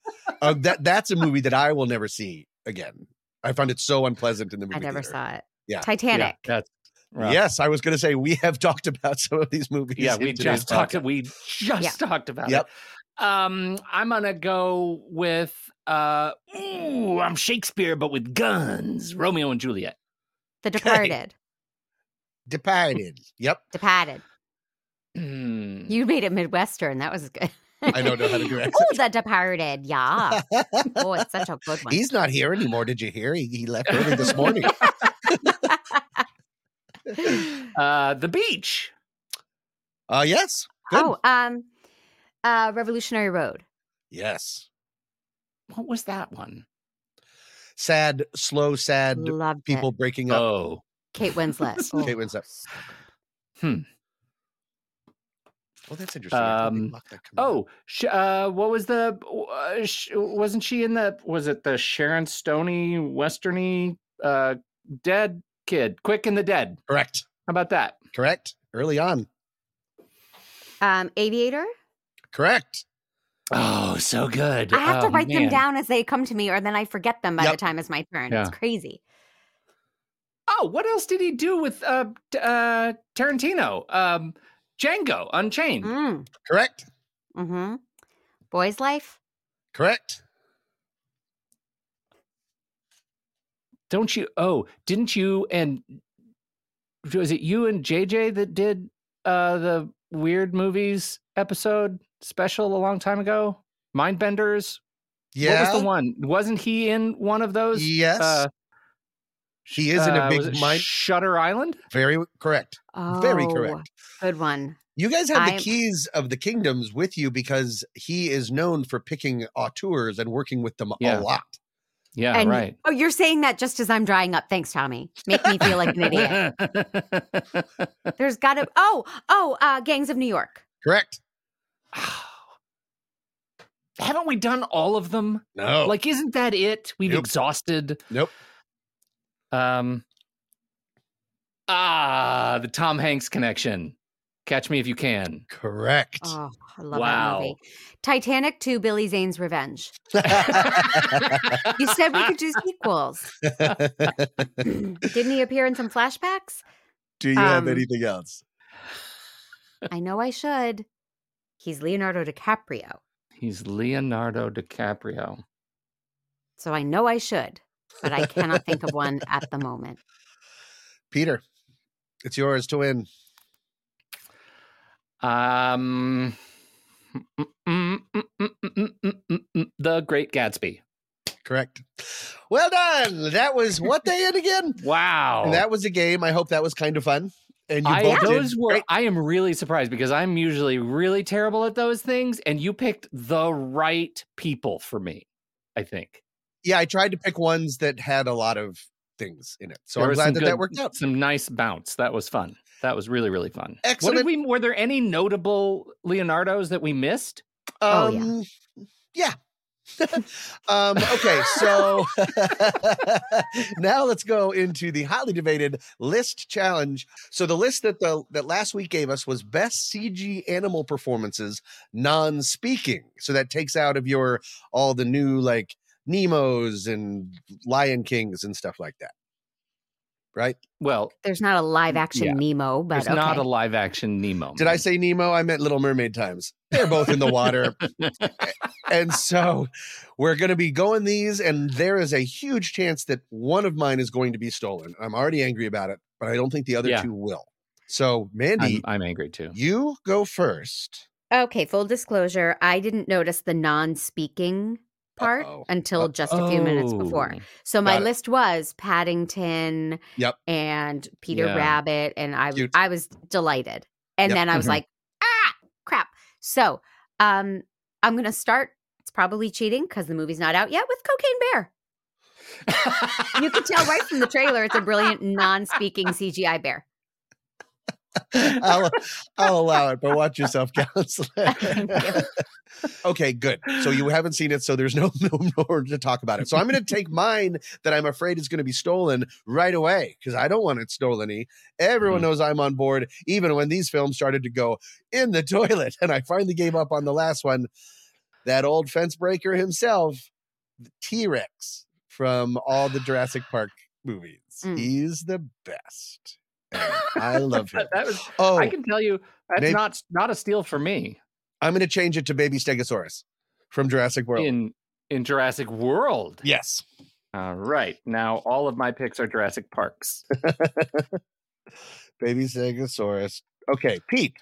Speaker 1: uh, that that's a movie that I will never see again. I found it so unpleasant in the movie.
Speaker 2: I never
Speaker 1: theater.
Speaker 2: saw it.
Speaker 1: Yeah.
Speaker 2: Titanic.
Speaker 3: that's rough.
Speaker 1: Yes, I was going to say we have talked about some of these movies.
Speaker 3: yeah, we
Speaker 1: in today's
Speaker 3: just talked.
Speaker 1: podcast.
Speaker 3: We just talked about
Speaker 1: Yep.
Speaker 3: it. Um, I'm gonna go with uh, ooh, I'm Shakespeare, but with guns. Romeo and Juliet.
Speaker 2: The Departed.
Speaker 1: Departed. Yep.
Speaker 2: Departed.
Speaker 3: Hmm.
Speaker 2: You made it Midwestern. That was good.
Speaker 1: Mm. I don't know how to do accents.
Speaker 2: Oh, The Departed. Yeah. oh, it's such a good one.
Speaker 1: He's not here anymore. Did you hear? He, he left early this morning.
Speaker 3: Uh, the beach.
Speaker 1: Uh yes. Good.
Speaker 2: Oh, um, uh, Revolutionary Road.
Speaker 1: Yes.
Speaker 3: What was that one?
Speaker 1: Sad, slow, sad
Speaker 2: Loved it.
Speaker 1: people breaking up.
Speaker 3: Oh.
Speaker 2: Kate Winslet. Oh,
Speaker 1: Kate Winslet.
Speaker 3: Hmm.
Speaker 1: Well, Oh, that's interesting. I totally
Speaker 3: Um,
Speaker 1: blocked that coming up.
Speaker 3: oh, sh- uh, what was the? Uh, sh- wasn't she in the? Was it the Sharon Stoney westerny uh, dead kid? Quick and the Dead.
Speaker 1: Correct.
Speaker 3: How about that?
Speaker 1: Correct. Early on.
Speaker 2: Um, Aviator.
Speaker 1: Correct.
Speaker 3: Oh, so good.
Speaker 2: I have to
Speaker 3: Oh,
Speaker 2: write them
Speaker 3: man.
Speaker 2: down as they come to me, or then I forget them by the
Speaker 3: Yep.
Speaker 2: time it's my turn. It's
Speaker 3: Yeah.
Speaker 2: crazy.
Speaker 3: Oh, what else did he do with uh, t- uh, Tarantino? Um, Django Unchained.
Speaker 2: Mm.
Speaker 1: Correct.
Speaker 2: Mm-hmm. Boy's Life.
Speaker 1: Correct.
Speaker 3: Don't you? Oh, didn't you and was it you and JJ that did uh, the weird movies episode special a long time ago? Mindbenders.
Speaker 1: Yeah.
Speaker 3: What was the one? Wasn't he in one of those? Uh,
Speaker 1: Yes. he is in a big mind.
Speaker 3: Shutter Island.
Speaker 1: Very correct. Very
Speaker 3: Oh.
Speaker 1: correct.
Speaker 2: Oh, Good one.
Speaker 1: You guys have
Speaker 2: I'm-
Speaker 1: the keys of the kingdoms with you because he is known for picking auteurs and working with them
Speaker 3: Yeah.
Speaker 1: a lot.
Speaker 3: Yeah.
Speaker 2: And-
Speaker 3: right.
Speaker 2: Oh, you're saying that just as I'm drying up. Thanks, Tommy. Make me feel like an idiot. There's got to. Oh, oh, uh, Gangs of New York.
Speaker 1: Correct.
Speaker 3: Haven't we done all of them?
Speaker 1: No.
Speaker 3: Like, isn't that it? We've
Speaker 1: Oh. Nope.
Speaker 3: exhausted.
Speaker 1: Nope.
Speaker 3: Um. Ah, the Tom Hanks connection. Catch me if you can.
Speaker 1: Correct.
Speaker 3: uh,
Speaker 2: Oh, I love that
Speaker 3: Wow.
Speaker 2: movie. Titanic 2, Billy Zane's Revenge. You said we could do sequels. Didn't he appear in some flashbacks?
Speaker 1: Do you have
Speaker 2: Um,
Speaker 1: anything else?
Speaker 2: I know I should. He's Leonardo DiCaprio,
Speaker 3: He's Leonardo DiCaprio.
Speaker 2: so I know I should, but I cannot think of one at the moment.
Speaker 1: Peter, it's yours to win.
Speaker 3: Um. The Great Gatsby.
Speaker 1: Correct. Well done. That was what they did again.
Speaker 3: Wow.
Speaker 1: And that was a game. I hope that was kind of fun. And you
Speaker 3: I,
Speaker 1: both
Speaker 3: those
Speaker 1: did.
Speaker 3: were.
Speaker 1: great.
Speaker 3: I am really surprised because I'm usually really terrible at those things, and you picked the right people for me. I think
Speaker 1: Yeah, I tried to pick ones that had a lot of things in it. So
Speaker 3: There
Speaker 1: I'm
Speaker 3: was some
Speaker 1: glad that that
Speaker 3: good-
Speaker 1: worked out.
Speaker 3: Some nice bounce. That was fun. That was really really fun. What
Speaker 1: Excellent.
Speaker 3: did we? Were there any notable Leonardos that we missed?
Speaker 2: Oh, yeah.
Speaker 1: Um, yeah. um, okay, so now let's go into the highly debated list challenge. So the list that the that last week gave us was best CG animal performances non-speaking. So that takes out of your all the new like Nemo's and Lion Kings and stuff like that. right?
Speaker 3: Well,
Speaker 2: there's not a live action
Speaker 3: Yeah.
Speaker 2: Nemo, but
Speaker 3: There's not
Speaker 2: okay.
Speaker 3: a live action Nemo.
Speaker 1: Did I say Nemo? I meant Little Mermaid times. They're both in the water. and so we're going to be going these, and there is a huge chance that one of mine is going to be stolen. I'm already angry about it, but I don't think the other
Speaker 3: Yeah.
Speaker 1: two will. So, Mandy,
Speaker 3: I'm, uh, I'm angry too.
Speaker 1: you go first.
Speaker 2: Okay, full disclosure, I didn't notice the non-speaking part until just a few minutes before.
Speaker 3: Oh.
Speaker 2: So my
Speaker 3: Got it.
Speaker 2: list was Paddington
Speaker 1: Yep.
Speaker 2: and Peter
Speaker 3: Yeah.
Speaker 2: Rabbit and I
Speaker 3: Cute.
Speaker 2: I was delighted. And
Speaker 3: Yep.
Speaker 2: then I was
Speaker 1: Mm-hmm.
Speaker 3: Mhm.
Speaker 2: like, "Ah, crap." So, um I'm going to start it's probably cheating cuz the movie's not out yet with Cocaine Bear.
Speaker 3: Oh.
Speaker 2: you can tell right from the trailer it's a brilliant non-speaking CGI bear.
Speaker 1: I'll, I'll allow it, but watch yourself, counselor. okay, good. So you haven't seen it, so there's no no more to talk about it. So I'm going to take mine that I'm afraid is going to be stolen right away because I don't want it stolen. Everyone knows I'm on board, even when these films started to go in the toilet, and I finally gave up on the last one. That old fence breaker himself, T Rex from all the Jurassic Park movies. He's the best. And I love him.
Speaker 3: That was,
Speaker 1: Oh,
Speaker 3: I can tell you that's
Speaker 1: Maybe-
Speaker 3: not not a steal for me
Speaker 1: I'm going to change it to Baby Stegosaurus from Jurassic World.
Speaker 3: in in Jurassic World.
Speaker 1: yes.
Speaker 3: All right, now all of my picks are Jurassic Parks.
Speaker 1: Baby Stegosaurus. Okay, Pete.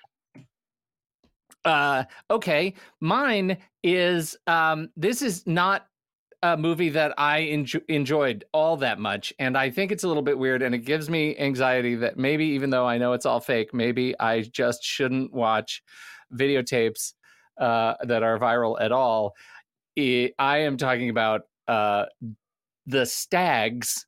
Speaker 3: uh okay mine is um this is not a movie that i enjo- enjoyed all that much and i think it's a little bit weird and it gives me anxiety that maybe even though i know it's all fake maybe i just shouldn't watch videotapes uh that are viral at all I- i am talking about uh the stags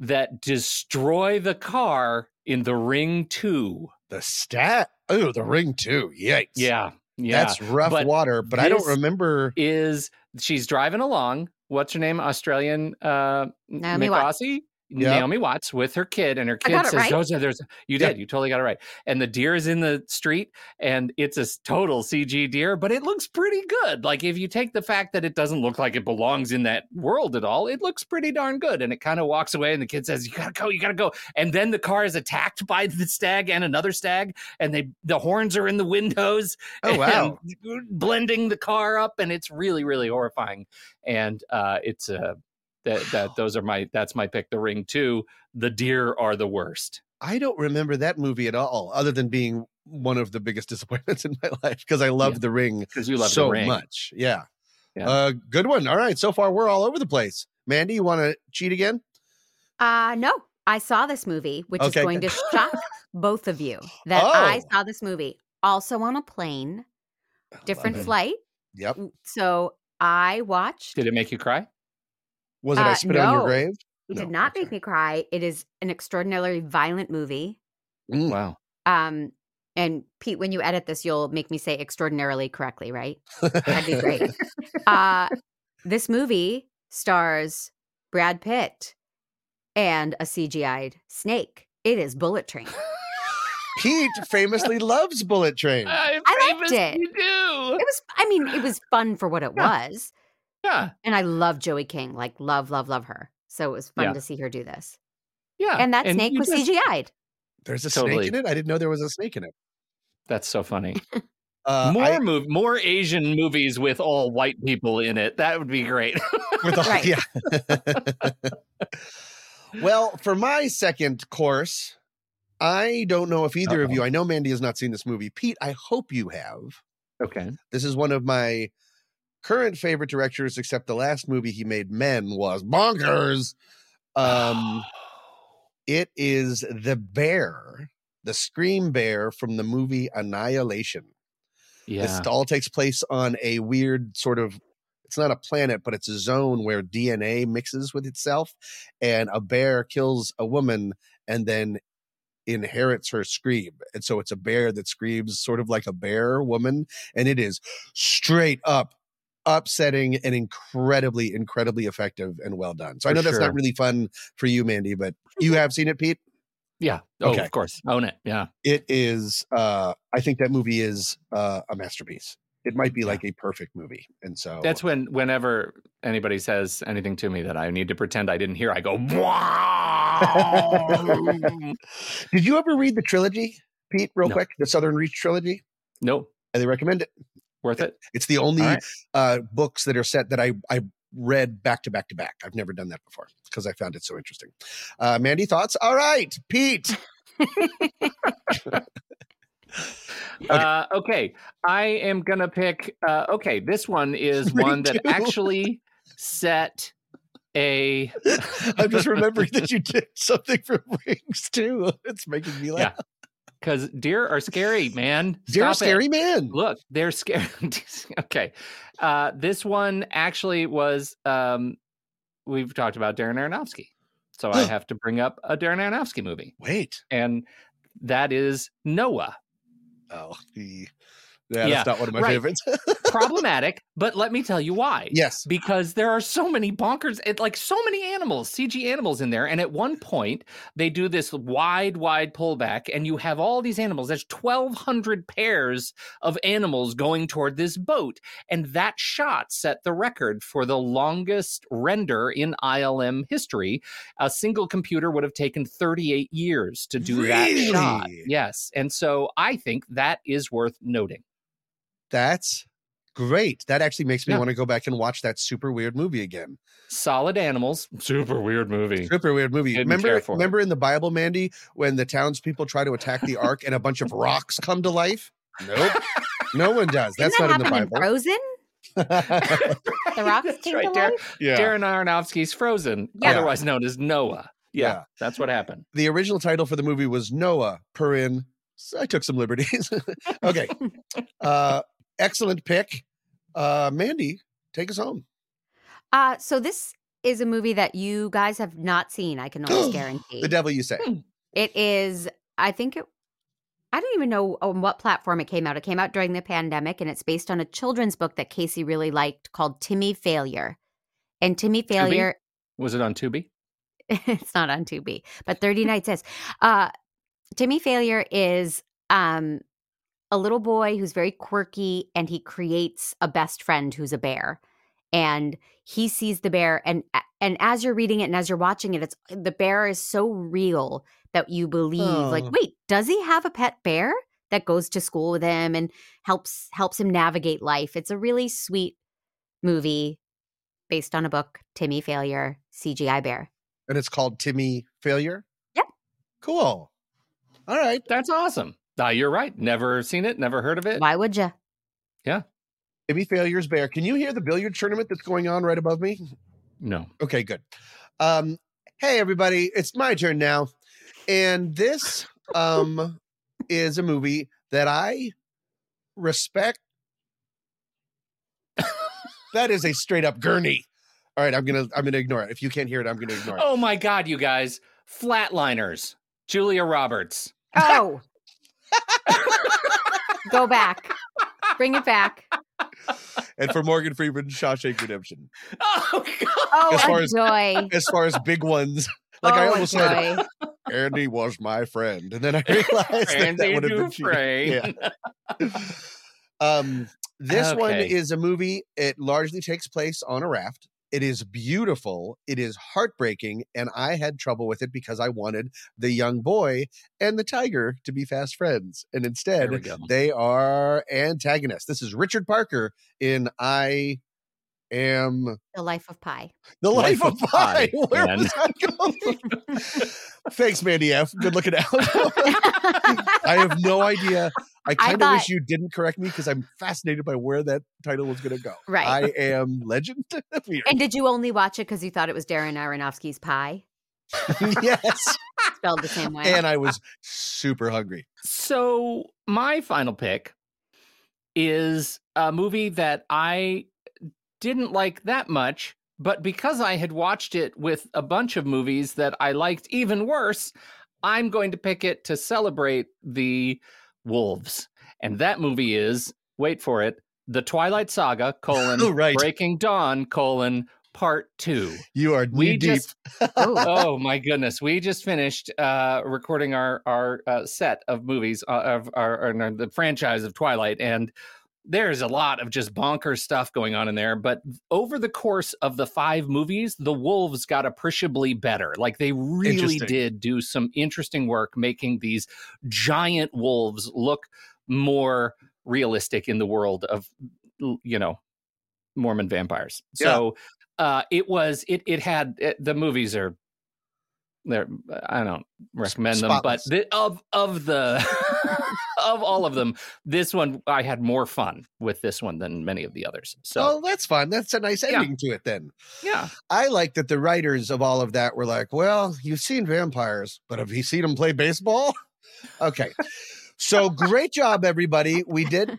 Speaker 3: that destroy the car in the ring 2
Speaker 1: The stat. Oh, the ring too. Yikes.
Speaker 3: yeah yeah
Speaker 1: That's rough
Speaker 3: But
Speaker 1: water, but I don't
Speaker 3: this-
Speaker 1: remember.
Speaker 3: is she's driving along. What's her name? Australian uh,
Speaker 2: Naomi Watts.
Speaker 3: Micosi?
Speaker 1: Yeah.
Speaker 3: Naomi Watts with her kid, and her
Speaker 2: I
Speaker 3: kid
Speaker 2: got it
Speaker 3: says,
Speaker 2: right.
Speaker 3: "Those are there's you
Speaker 1: Yeah.
Speaker 3: did you totally got it right." And the deer is in the street, and it's a s- total CG deer, but it looks pretty good. Like if you take the fact that it doesn't look like it belongs in that world at all, it looks pretty darn good. And it kind of walks away, and the kid says, "You gotta go, you gotta go." And then the car is attacked by the stag and another stag, and they the horns are in the windows,
Speaker 1: Oh, wow.
Speaker 3: and blending the car up and it's really really horrifying and uh it's uh that that those are my that's my pick the ring too the deer are the worst
Speaker 1: I don't remember that movie at all, other than being one of the biggest disappointments in my life because I loved The Ring
Speaker 3: because you love
Speaker 1: so
Speaker 3: the ring
Speaker 1: much. Yeah.
Speaker 3: Yeah.
Speaker 1: Uh, good one. All right. So far, we're all over the place. Mandy, you want to cheat again?
Speaker 2: Uh no. I saw this movie, which
Speaker 1: Okay,
Speaker 2: is going
Speaker 1: good.
Speaker 2: to shock both of you that I
Speaker 1: Oh.
Speaker 2: saw this movie also on a plane, different
Speaker 1: it.
Speaker 2: flight.
Speaker 1: Yep.
Speaker 2: So I watched
Speaker 3: did it make you cry
Speaker 1: Was it I
Speaker 2: Uh,
Speaker 1: Spit on Your
Speaker 2: no.
Speaker 1: Grave?
Speaker 2: It
Speaker 1: No,
Speaker 2: did not make me cry. It is an extraordinarily violent movie.
Speaker 1: Mm.
Speaker 3: wow
Speaker 2: Um and Pete, when you edit this, you'll make me say extraordinarily correctly, right? That'd be great. uh this movie stars Brad Pitt and a CGI'd snake. It is Bullet Train.
Speaker 1: Pete famously loves Bullet Train.
Speaker 2: I liked it.
Speaker 3: you do
Speaker 2: It was, I mean, it was fun for what it was.
Speaker 3: yeah
Speaker 2: And I love Joey King, like, love, love, love her. So it was fun
Speaker 3: Yeah.
Speaker 2: to see her do this.
Speaker 3: yeah
Speaker 2: And that snake
Speaker 3: you
Speaker 2: was
Speaker 3: just-
Speaker 2: CGI'd.
Speaker 1: There's a
Speaker 3: Totally.
Speaker 1: snake in it. I didn't know there was a snake in it.
Speaker 3: that's so funny
Speaker 1: Uh,
Speaker 3: more
Speaker 1: I-
Speaker 3: mov- more asian movies with all white people in it that would be great
Speaker 1: with all,
Speaker 2: Right.
Speaker 1: yeah. well, for my second course, I don't know if either of you. I know Mandy has not seen this movie. Pete, I hope you have.
Speaker 3: okay
Speaker 1: This is one of my current favorite directors, except the last movie he made, Men, was bonkers. Um, it is the bear, the scream bear from the movie Annihilation.
Speaker 3: yeah
Speaker 1: This all takes place on a weird sort of it's not a planet, but it's a zone where DNA mixes with itself and a bear kills a woman and then inherits her scream. And so it's a bear that screams sort of like a bear woman and it is straight up upsetting and incredibly incredibly effective and well done. So I
Speaker 3: For
Speaker 1: know that's
Speaker 3: sure.
Speaker 1: not really fun for you Mandy, but you have seen it Pete?
Speaker 3: yeah oh
Speaker 1: Okay. Oh,
Speaker 3: of course own it yeah
Speaker 1: it is uh i think that movie is uh a masterpiece it might be like a perfect movie. And so
Speaker 3: That's when whenever anybody says anything to me that I need to pretend I didn't hear, I go, wow.
Speaker 1: Did you ever read the trilogy, Pete, real
Speaker 3: No.
Speaker 1: quick? The Southern Reach trilogy?
Speaker 3: No.
Speaker 1: I recommend it.
Speaker 3: Worth it.
Speaker 1: It's the only
Speaker 3: All right.
Speaker 1: uh, books that are set that I, I read back to back to back. I've never done that before because I found it so interesting. Uh, Mandy, thoughts? All right, Pete.
Speaker 3: Okay. Uh, okay. I am going to pick. Uh, okay. This one is
Speaker 1: Me
Speaker 3: one that
Speaker 1: too.
Speaker 3: actually set a.
Speaker 1: I'm just remembering that you did something from Rings too. It's making me laugh.
Speaker 3: Yeah. Because deer are scary, man.
Speaker 1: Deer are
Speaker 3: Stop
Speaker 1: scary,
Speaker 3: it.
Speaker 1: man.
Speaker 3: Look, they're scary. okay. Uh, this one actually was. Um, we've talked about Darren Aronofsky. So I have to bring up a Darren Aronofsky movie.
Speaker 1: Wait.
Speaker 3: And that is Noah.
Speaker 1: Oh, the, yeah, that's not one of my
Speaker 3: right.
Speaker 1: favorites.
Speaker 3: Problematic, but let me tell you why.
Speaker 1: Yes.
Speaker 3: Because there are so many bonkers, it, like so many animals, CG animals in there. And at one point, they do this wide, wide pullback, and you have all these animals. There's 1,200 pairs of animals going toward this boat. And that shot set the record for the longest render in ILM history. A single computer would have taken 38 years to do that shot.
Speaker 1: Really?
Speaker 3: Yes. And so I think that is worth noting.
Speaker 1: That's great. That actually makes me
Speaker 3: Yeah.
Speaker 1: want to go back and watch that super weird movie again.
Speaker 3: Solid animals. Super weird movie.
Speaker 1: Super weird movie.
Speaker 3: Didn't
Speaker 1: remember
Speaker 3: care for it.
Speaker 1: remember in the Bible, Mandy, when the townspeople try to attack the ark and a bunch of rocks come to life? Nope. no one does.
Speaker 2: Didn't
Speaker 1: That's not
Speaker 2: that
Speaker 1: in the
Speaker 2: happen in
Speaker 1: Bible.
Speaker 2: Frozen? The rocks came to
Speaker 3: Dar-
Speaker 2: life?
Speaker 1: Yeah.
Speaker 3: Darren Aronofsky's Frozen,
Speaker 2: Yeah.
Speaker 3: otherwise known as Noah. Yeah,
Speaker 1: Yeah.
Speaker 3: that's what happened.
Speaker 1: the original title for the movie was Noah Purin. So I took some liberties. okay. Uh excellent pick. Uh Mandy, take us home.
Speaker 2: Uh, so this is a movie that you guys have not seen. I can almost guarantee.
Speaker 1: The devil you say.
Speaker 2: It is, I think it, I don't even know on what platform it came out. It came out during the pandemic and it's based on a children's book that Casey really liked called Timmy Failure. And Timmy Failure,
Speaker 3: Was it on Tubi?
Speaker 2: it's not on 2B, but 30 Nights is. Uh, Timmy Failure is um, a little boy who's very quirky and he creates a best friend who's a bear. And he sees the bear and a- and as you're reading it and as you're watching it, it's the bear is so real that you believe like,
Speaker 15: Oh.
Speaker 2: wait, does he have a pet bear that goes to school with him and helps helps him navigate life? It's a really sweet movie based on a book, Timmy Failure, CGI Bear.
Speaker 1: And it's called Timmy Failure. Yep. Cool. All right.
Speaker 3: That's awesome. Ah, you're right. Never seen it. Never heard of it.
Speaker 2: Why would you?
Speaker 3: Yeah.
Speaker 1: Timmy Failure's Bear. Can you hear the billiard tournament that's going on right above me?
Speaker 3: No.
Speaker 1: Okay, good. Um, hey everybody, it's my turn now. And this um is a movie that I respect. that is a straight up gurney. All right, I'm gonna I'm gonna ignore it. If you can't hear it, I'm gonna ignore it.
Speaker 3: Oh my God, you guys! Flatliners. Julia Roberts.
Speaker 2: Oh. Go back. Bring it back.
Speaker 1: And for Morgan Freeman, Shawshank Redemption.
Speaker 3: Oh God.
Speaker 2: Oh,
Speaker 1: As far
Speaker 2: a
Speaker 1: as-
Speaker 2: joy.
Speaker 1: As far as big ones, like I
Speaker 2: Oh, a
Speaker 1: almost said, Andy was my friend, and then I realized that, that
Speaker 3: Andy
Speaker 1: would have been cheating. Yeah.
Speaker 3: Dufresne.
Speaker 1: Um, this one
Speaker 3: Okay.
Speaker 1: is a movie. It largely takes place on a raft. It is beautiful. It is heartbreaking, and I had trouble with it because I wanted the young boy and the tiger to be fast friends, and
Speaker 3: There we
Speaker 1: instead
Speaker 3: go.
Speaker 1: they are antagonists. This is Richard Parker in I Am
Speaker 2: The Life of Pi.
Speaker 1: the Life, of Pi. Where
Speaker 3: man.
Speaker 1: was I going? Thanks, Mandy F. Good looking out. I have no idea. I
Speaker 2: I
Speaker 1: kind of
Speaker 2: thought-
Speaker 1: wish you didn't correct me because I'm fascinated by where that title was going to go.
Speaker 2: Right.
Speaker 1: I am legend. Weird.
Speaker 2: And did you only watch it because you thought it was Darren Aronofsky's pie?
Speaker 1: yes.
Speaker 2: Spelled the same way.
Speaker 1: And I was super hungry.
Speaker 3: So my final pick is a movie that I didn't like that much, but because I had watched it with a bunch of movies that I liked even worse, I'm going to pick it to celebrate the wolves. And that movie is, wait for it, The Twilight Saga, colon,
Speaker 1: Oh, right.
Speaker 3: Breaking Dawn, colon, part two
Speaker 1: You are knee
Speaker 3: we
Speaker 1: deep.
Speaker 3: just oh, oh my goodness we just finished uh recording our our uh, set of movies uh, of our, our- our- the franchise of twilight and there's a lot of just bonkers stuff going on in there. But over the course of the five movies, the Wolves got appreciably better. Like they really
Speaker 16: Interesting.
Speaker 3: did do some interesting work making these giant wolves look more realistic in the world of, you know, Mormon vampires. So uh, it was, it, it had, it- the movies are, they're, I don't recommend
Speaker 16: Spotless.
Speaker 3: them, but the, of, of the, of all of them, this one I had more fun with this one than many of the others. So
Speaker 1: oh, that's fun. That's a nice ending to it then.
Speaker 3: Yeah.
Speaker 1: I like that the writers of all of that were like, well, you've seen vampires, but have you seen them play baseball? Okay. so great job, everybody. We did.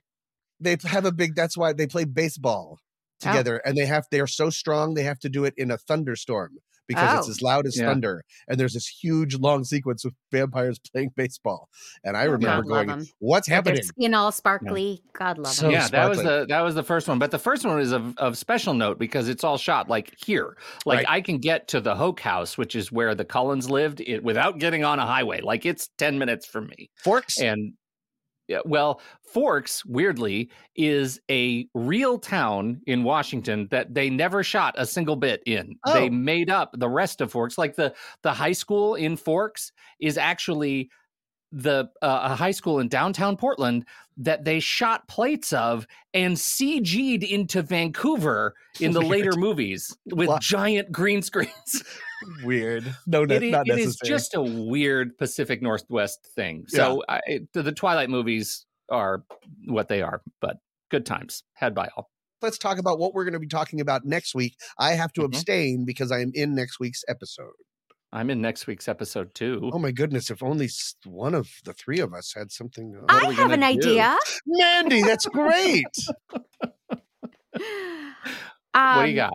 Speaker 1: They have a big, that's why they play baseball
Speaker 16: Oh.
Speaker 1: together and they have, they are so strong, they have to do it in a thunderstorm because it's
Speaker 16: Oh.
Speaker 1: as loud as
Speaker 16: Yeah.
Speaker 1: thunder. And there's this huge long sequence of vampires playing baseball. And I
Speaker 3: Oh,
Speaker 2: Yeah,
Speaker 1: remember
Speaker 2: God love
Speaker 1: going,
Speaker 2: 'em.
Speaker 1: what's
Speaker 2: With their
Speaker 1: happening?
Speaker 2: Skin all sparkly. God love them.
Speaker 3: yeah, that was the that was the first one. But the first one is of, of special note because it's all shot like here. Like I can get to the Hoke House, which is where the Cullens lived, it, without getting on a highway. Like it's ten minutes from me.
Speaker 1: Forks
Speaker 3: and yeah, well, Forks weirdly is a real town in Washington that they never shot a single bit in. They
Speaker 16: Oh.
Speaker 3: made up the rest of Forks. Like the the high school in Forks is actually the uh, a high school in downtown Portland that they shot plates of and CG'd into Vancouver in the later
Speaker 16: Weird.
Speaker 3: movies with
Speaker 16: Wow.
Speaker 3: giant green screens.
Speaker 1: Weird. No,
Speaker 3: It
Speaker 1: that's
Speaker 3: i-
Speaker 1: not
Speaker 3: it
Speaker 1: necessary.
Speaker 3: is just a weird Pacific Northwest thing. So I, it- the, the Twilight movies are what they are, but good times had by all.
Speaker 1: let's talk about what we're going to be talking about next week. I have
Speaker 3: Mm-hmm.
Speaker 1: to abstain because I am in next week's episode.
Speaker 3: I'm in next week's episode too.
Speaker 1: Oh my goodness! If only s- one of the three of us had something. uh,
Speaker 2: I have an idea.
Speaker 1: Mandy, that's great.
Speaker 3: Oh. what do you
Speaker 2: Um,
Speaker 3: got?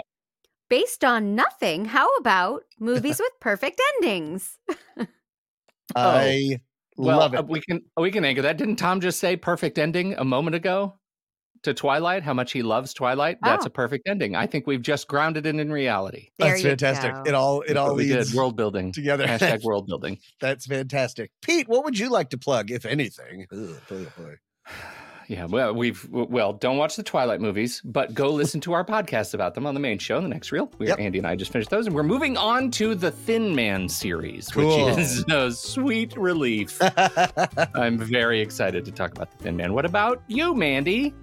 Speaker 2: Based on nothing, how about movies with perfect endings?
Speaker 1: I
Speaker 3: well,
Speaker 1: love
Speaker 3: uh, We can we can anchor that. Didn't Tom just say perfect ending a moment ago to Twilight? How much he loves Twilight. That's
Speaker 1: Oh.
Speaker 3: a perfect ending. I think we've just grounded it in reality.
Speaker 1: There That's you fantastic. go. It all- it
Speaker 3: That's
Speaker 1: all
Speaker 3: what we did.
Speaker 1: leads
Speaker 3: world building
Speaker 1: together.
Speaker 3: Hashtag world building.
Speaker 1: That's fantastic, Pete. What would you like to plug, if anything? Ugh, boy, oh boy.
Speaker 3: Yeah, well, we've well, don't watch the Twilight movies, but go listen to our podcast about them on the main show, the next reel. Where Andy and I just finished those, and we're moving on to the Thin Man series,
Speaker 16: Cool.
Speaker 3: which is a sweet relief. I'm very excited to talk about the Thin Man. What about you, Mandy?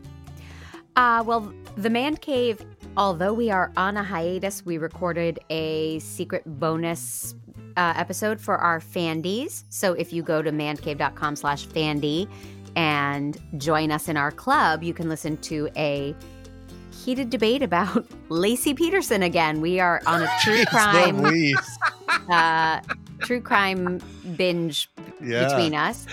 Speaker 2: Uh, well, The Man Cave, although we are on a hiatus, we recorded a secret bonus uh, episode for our Fandies. So if you go to mancave.com slash Fandy and join us in our club, you can listen to a heated debate about Lacey Peterson again. We are on a true crime uh, true crime binge
Speaker 16: Yeah.
Speaker 2: between us.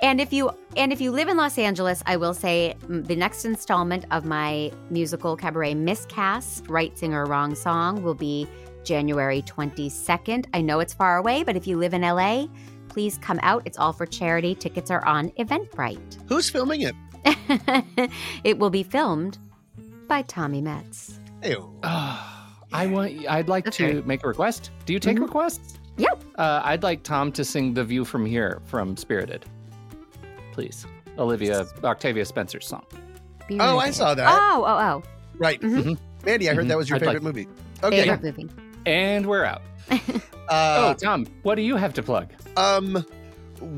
Speaker 2: And if you and if you live in Los Angeles, I will say mm, the next installment of my musical cabaret miscast, right singer, wrong song, will be January 22nd. I know it's far away, but if you live in LA, please come out. It's all for charity. Tickets are on Eventbrite.
Speaker 1: Who's filming it?
Speaker 2: it will be filmed by Tommy Metz.
Speaker 3: I want. I'd like to make a request. Do you take requests?
Speaker 2: Yep.
Speaker 3: Uh, I'd like Tom to sing "The View from Here" from Spirited, please. Olivia Octavia Spencer's song.
Speaker 2: Be
Speaker 1: Oh, I
Speaker 2: right
Speaker 1: saw
Speaker 2: there.
Speaker 1: that.
Speaker 2: Oh, oh, oh.
Speaker 1: Right, Mm-hmm. Mandy. I heard that was your
Speaker 3: Mm-hmm. I'd like
Speaker 1: favorite movie. Okay.
Speaker 2: Favorite movie.
Speaker 3: And we're out.
Speaker 1: Uh,
Speaker 3: oh, Tom, what do you have to plug?
Speaker 1: Um,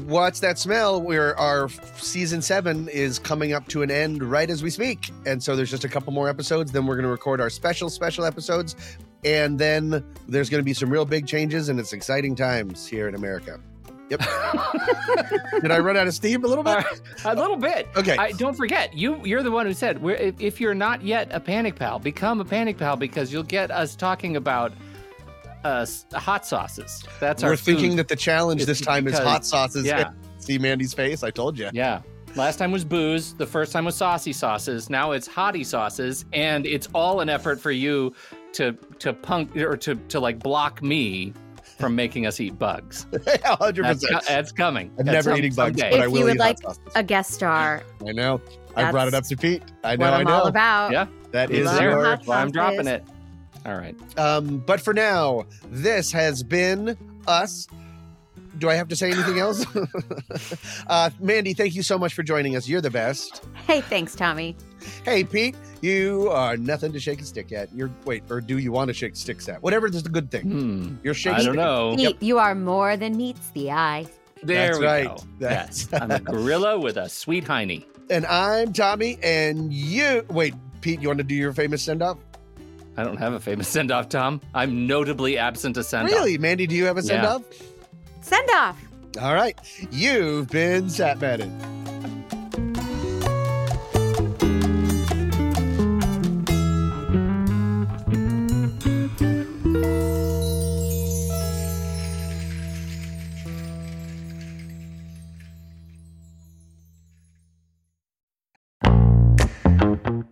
Speaker 1: what's that smell? Where our season seven is coming up to an end right as we speak, and so there's just a couple more episodes. Then we're going to record our special special episodes, and then there's going to be some real big changes, and it's exciting times here in America. Yep. Did I run out of steam a little bit?
Speaker 3: A little bit.
Speaker 1: Okay.
Speaker 3: I, don't forget, you you're the one who said we're, if, if you're not yet a panic pal, become a panic pal because you'll get us talking about uh, s- hot sauces. That's our.
Speaker 1: We're thinking
Speaker 3: food.
Speaker 1: that the challenge
Speaker 3: It's
Speaker 1: this time is
Speaker 3: because-
Speaker 1: hot sauces.
Speaker 3: Yeah.
Speaker 1: See Mandy's face. I told you.
Speaker 3: Yeah. Last time was booze. The first time was saucy sauces. Now it's hottie sauces, and it's all an effort for you to to punk or to to like block me from making us eat bugs.
Speaker 1: Hundred
Speaker 3: That's, co-
Speaker 1: percent.
Speaker 3: that's coming.
Speaker 1: I'm
Speaker 3: That's
Speaker 1: never
Speaker 3: some-
Speaker 1: eating bugs,
Speaker 3: someday.
Speaker 1: but I
Speaker 2: if
Speaker 1: will
Speaker 2: you
Speaker 1: eat
Speaker 2: would
Speaker 1: hot
Speaker 2: like
Speaker 1: sauces.
Speaker 2: a guest star,
Speaker 1: I know. I brought it up
Speaker 2: That's
Speaker 1: to Pete. I know.
Speaker 2: what
Speaker 1: I
Speaker 2: I'm
Speaker 1: know.
Speaker 2: all about.
Speaker 3: Yeah.
Speaker 1: That
Speaker 3: It's
Speaker 1: is
Speaker 3: there.
Speaker 1: your-
Speaker 3: That's why I'm dropping it. All right.
Speaker 1: Um, but for now, this has been us do I have to say anything else? uh, Mandy, thank you so much for joining us. You're the best.
Speaker 2: Hey, thanks, Tommy.
Speaker 1: Hey, Pete, you are nothing to shake a stick at. You're wait, or do you want to shake sticks at? Whatever is the good thing.
Speaker 17: Hmm.
Speaker 1: You're shaking.
Speaker 17: I don't know.
Speaker 2: Pete, You are more than meets the eye.
Speaker 17: There
Speaker 1: That's
Speaker 17: we
Speaker 1: right.
Speaker 17: go.
Speaker 1: That's-
Speaker 17: Yes. I'm a gorilla with a sweet hiney.
Speaker 1: And I'm Tommy, and you. Wait, Pete, you want to do your famous send off?
Speaker 17: I don't have a famous send off, Tom. I'm notably absent a send off.
Speaker 1: Really, Mandy, do you have a send off?
Speaker 2: Send off.
Speaker 1: All right. You've been sat matted.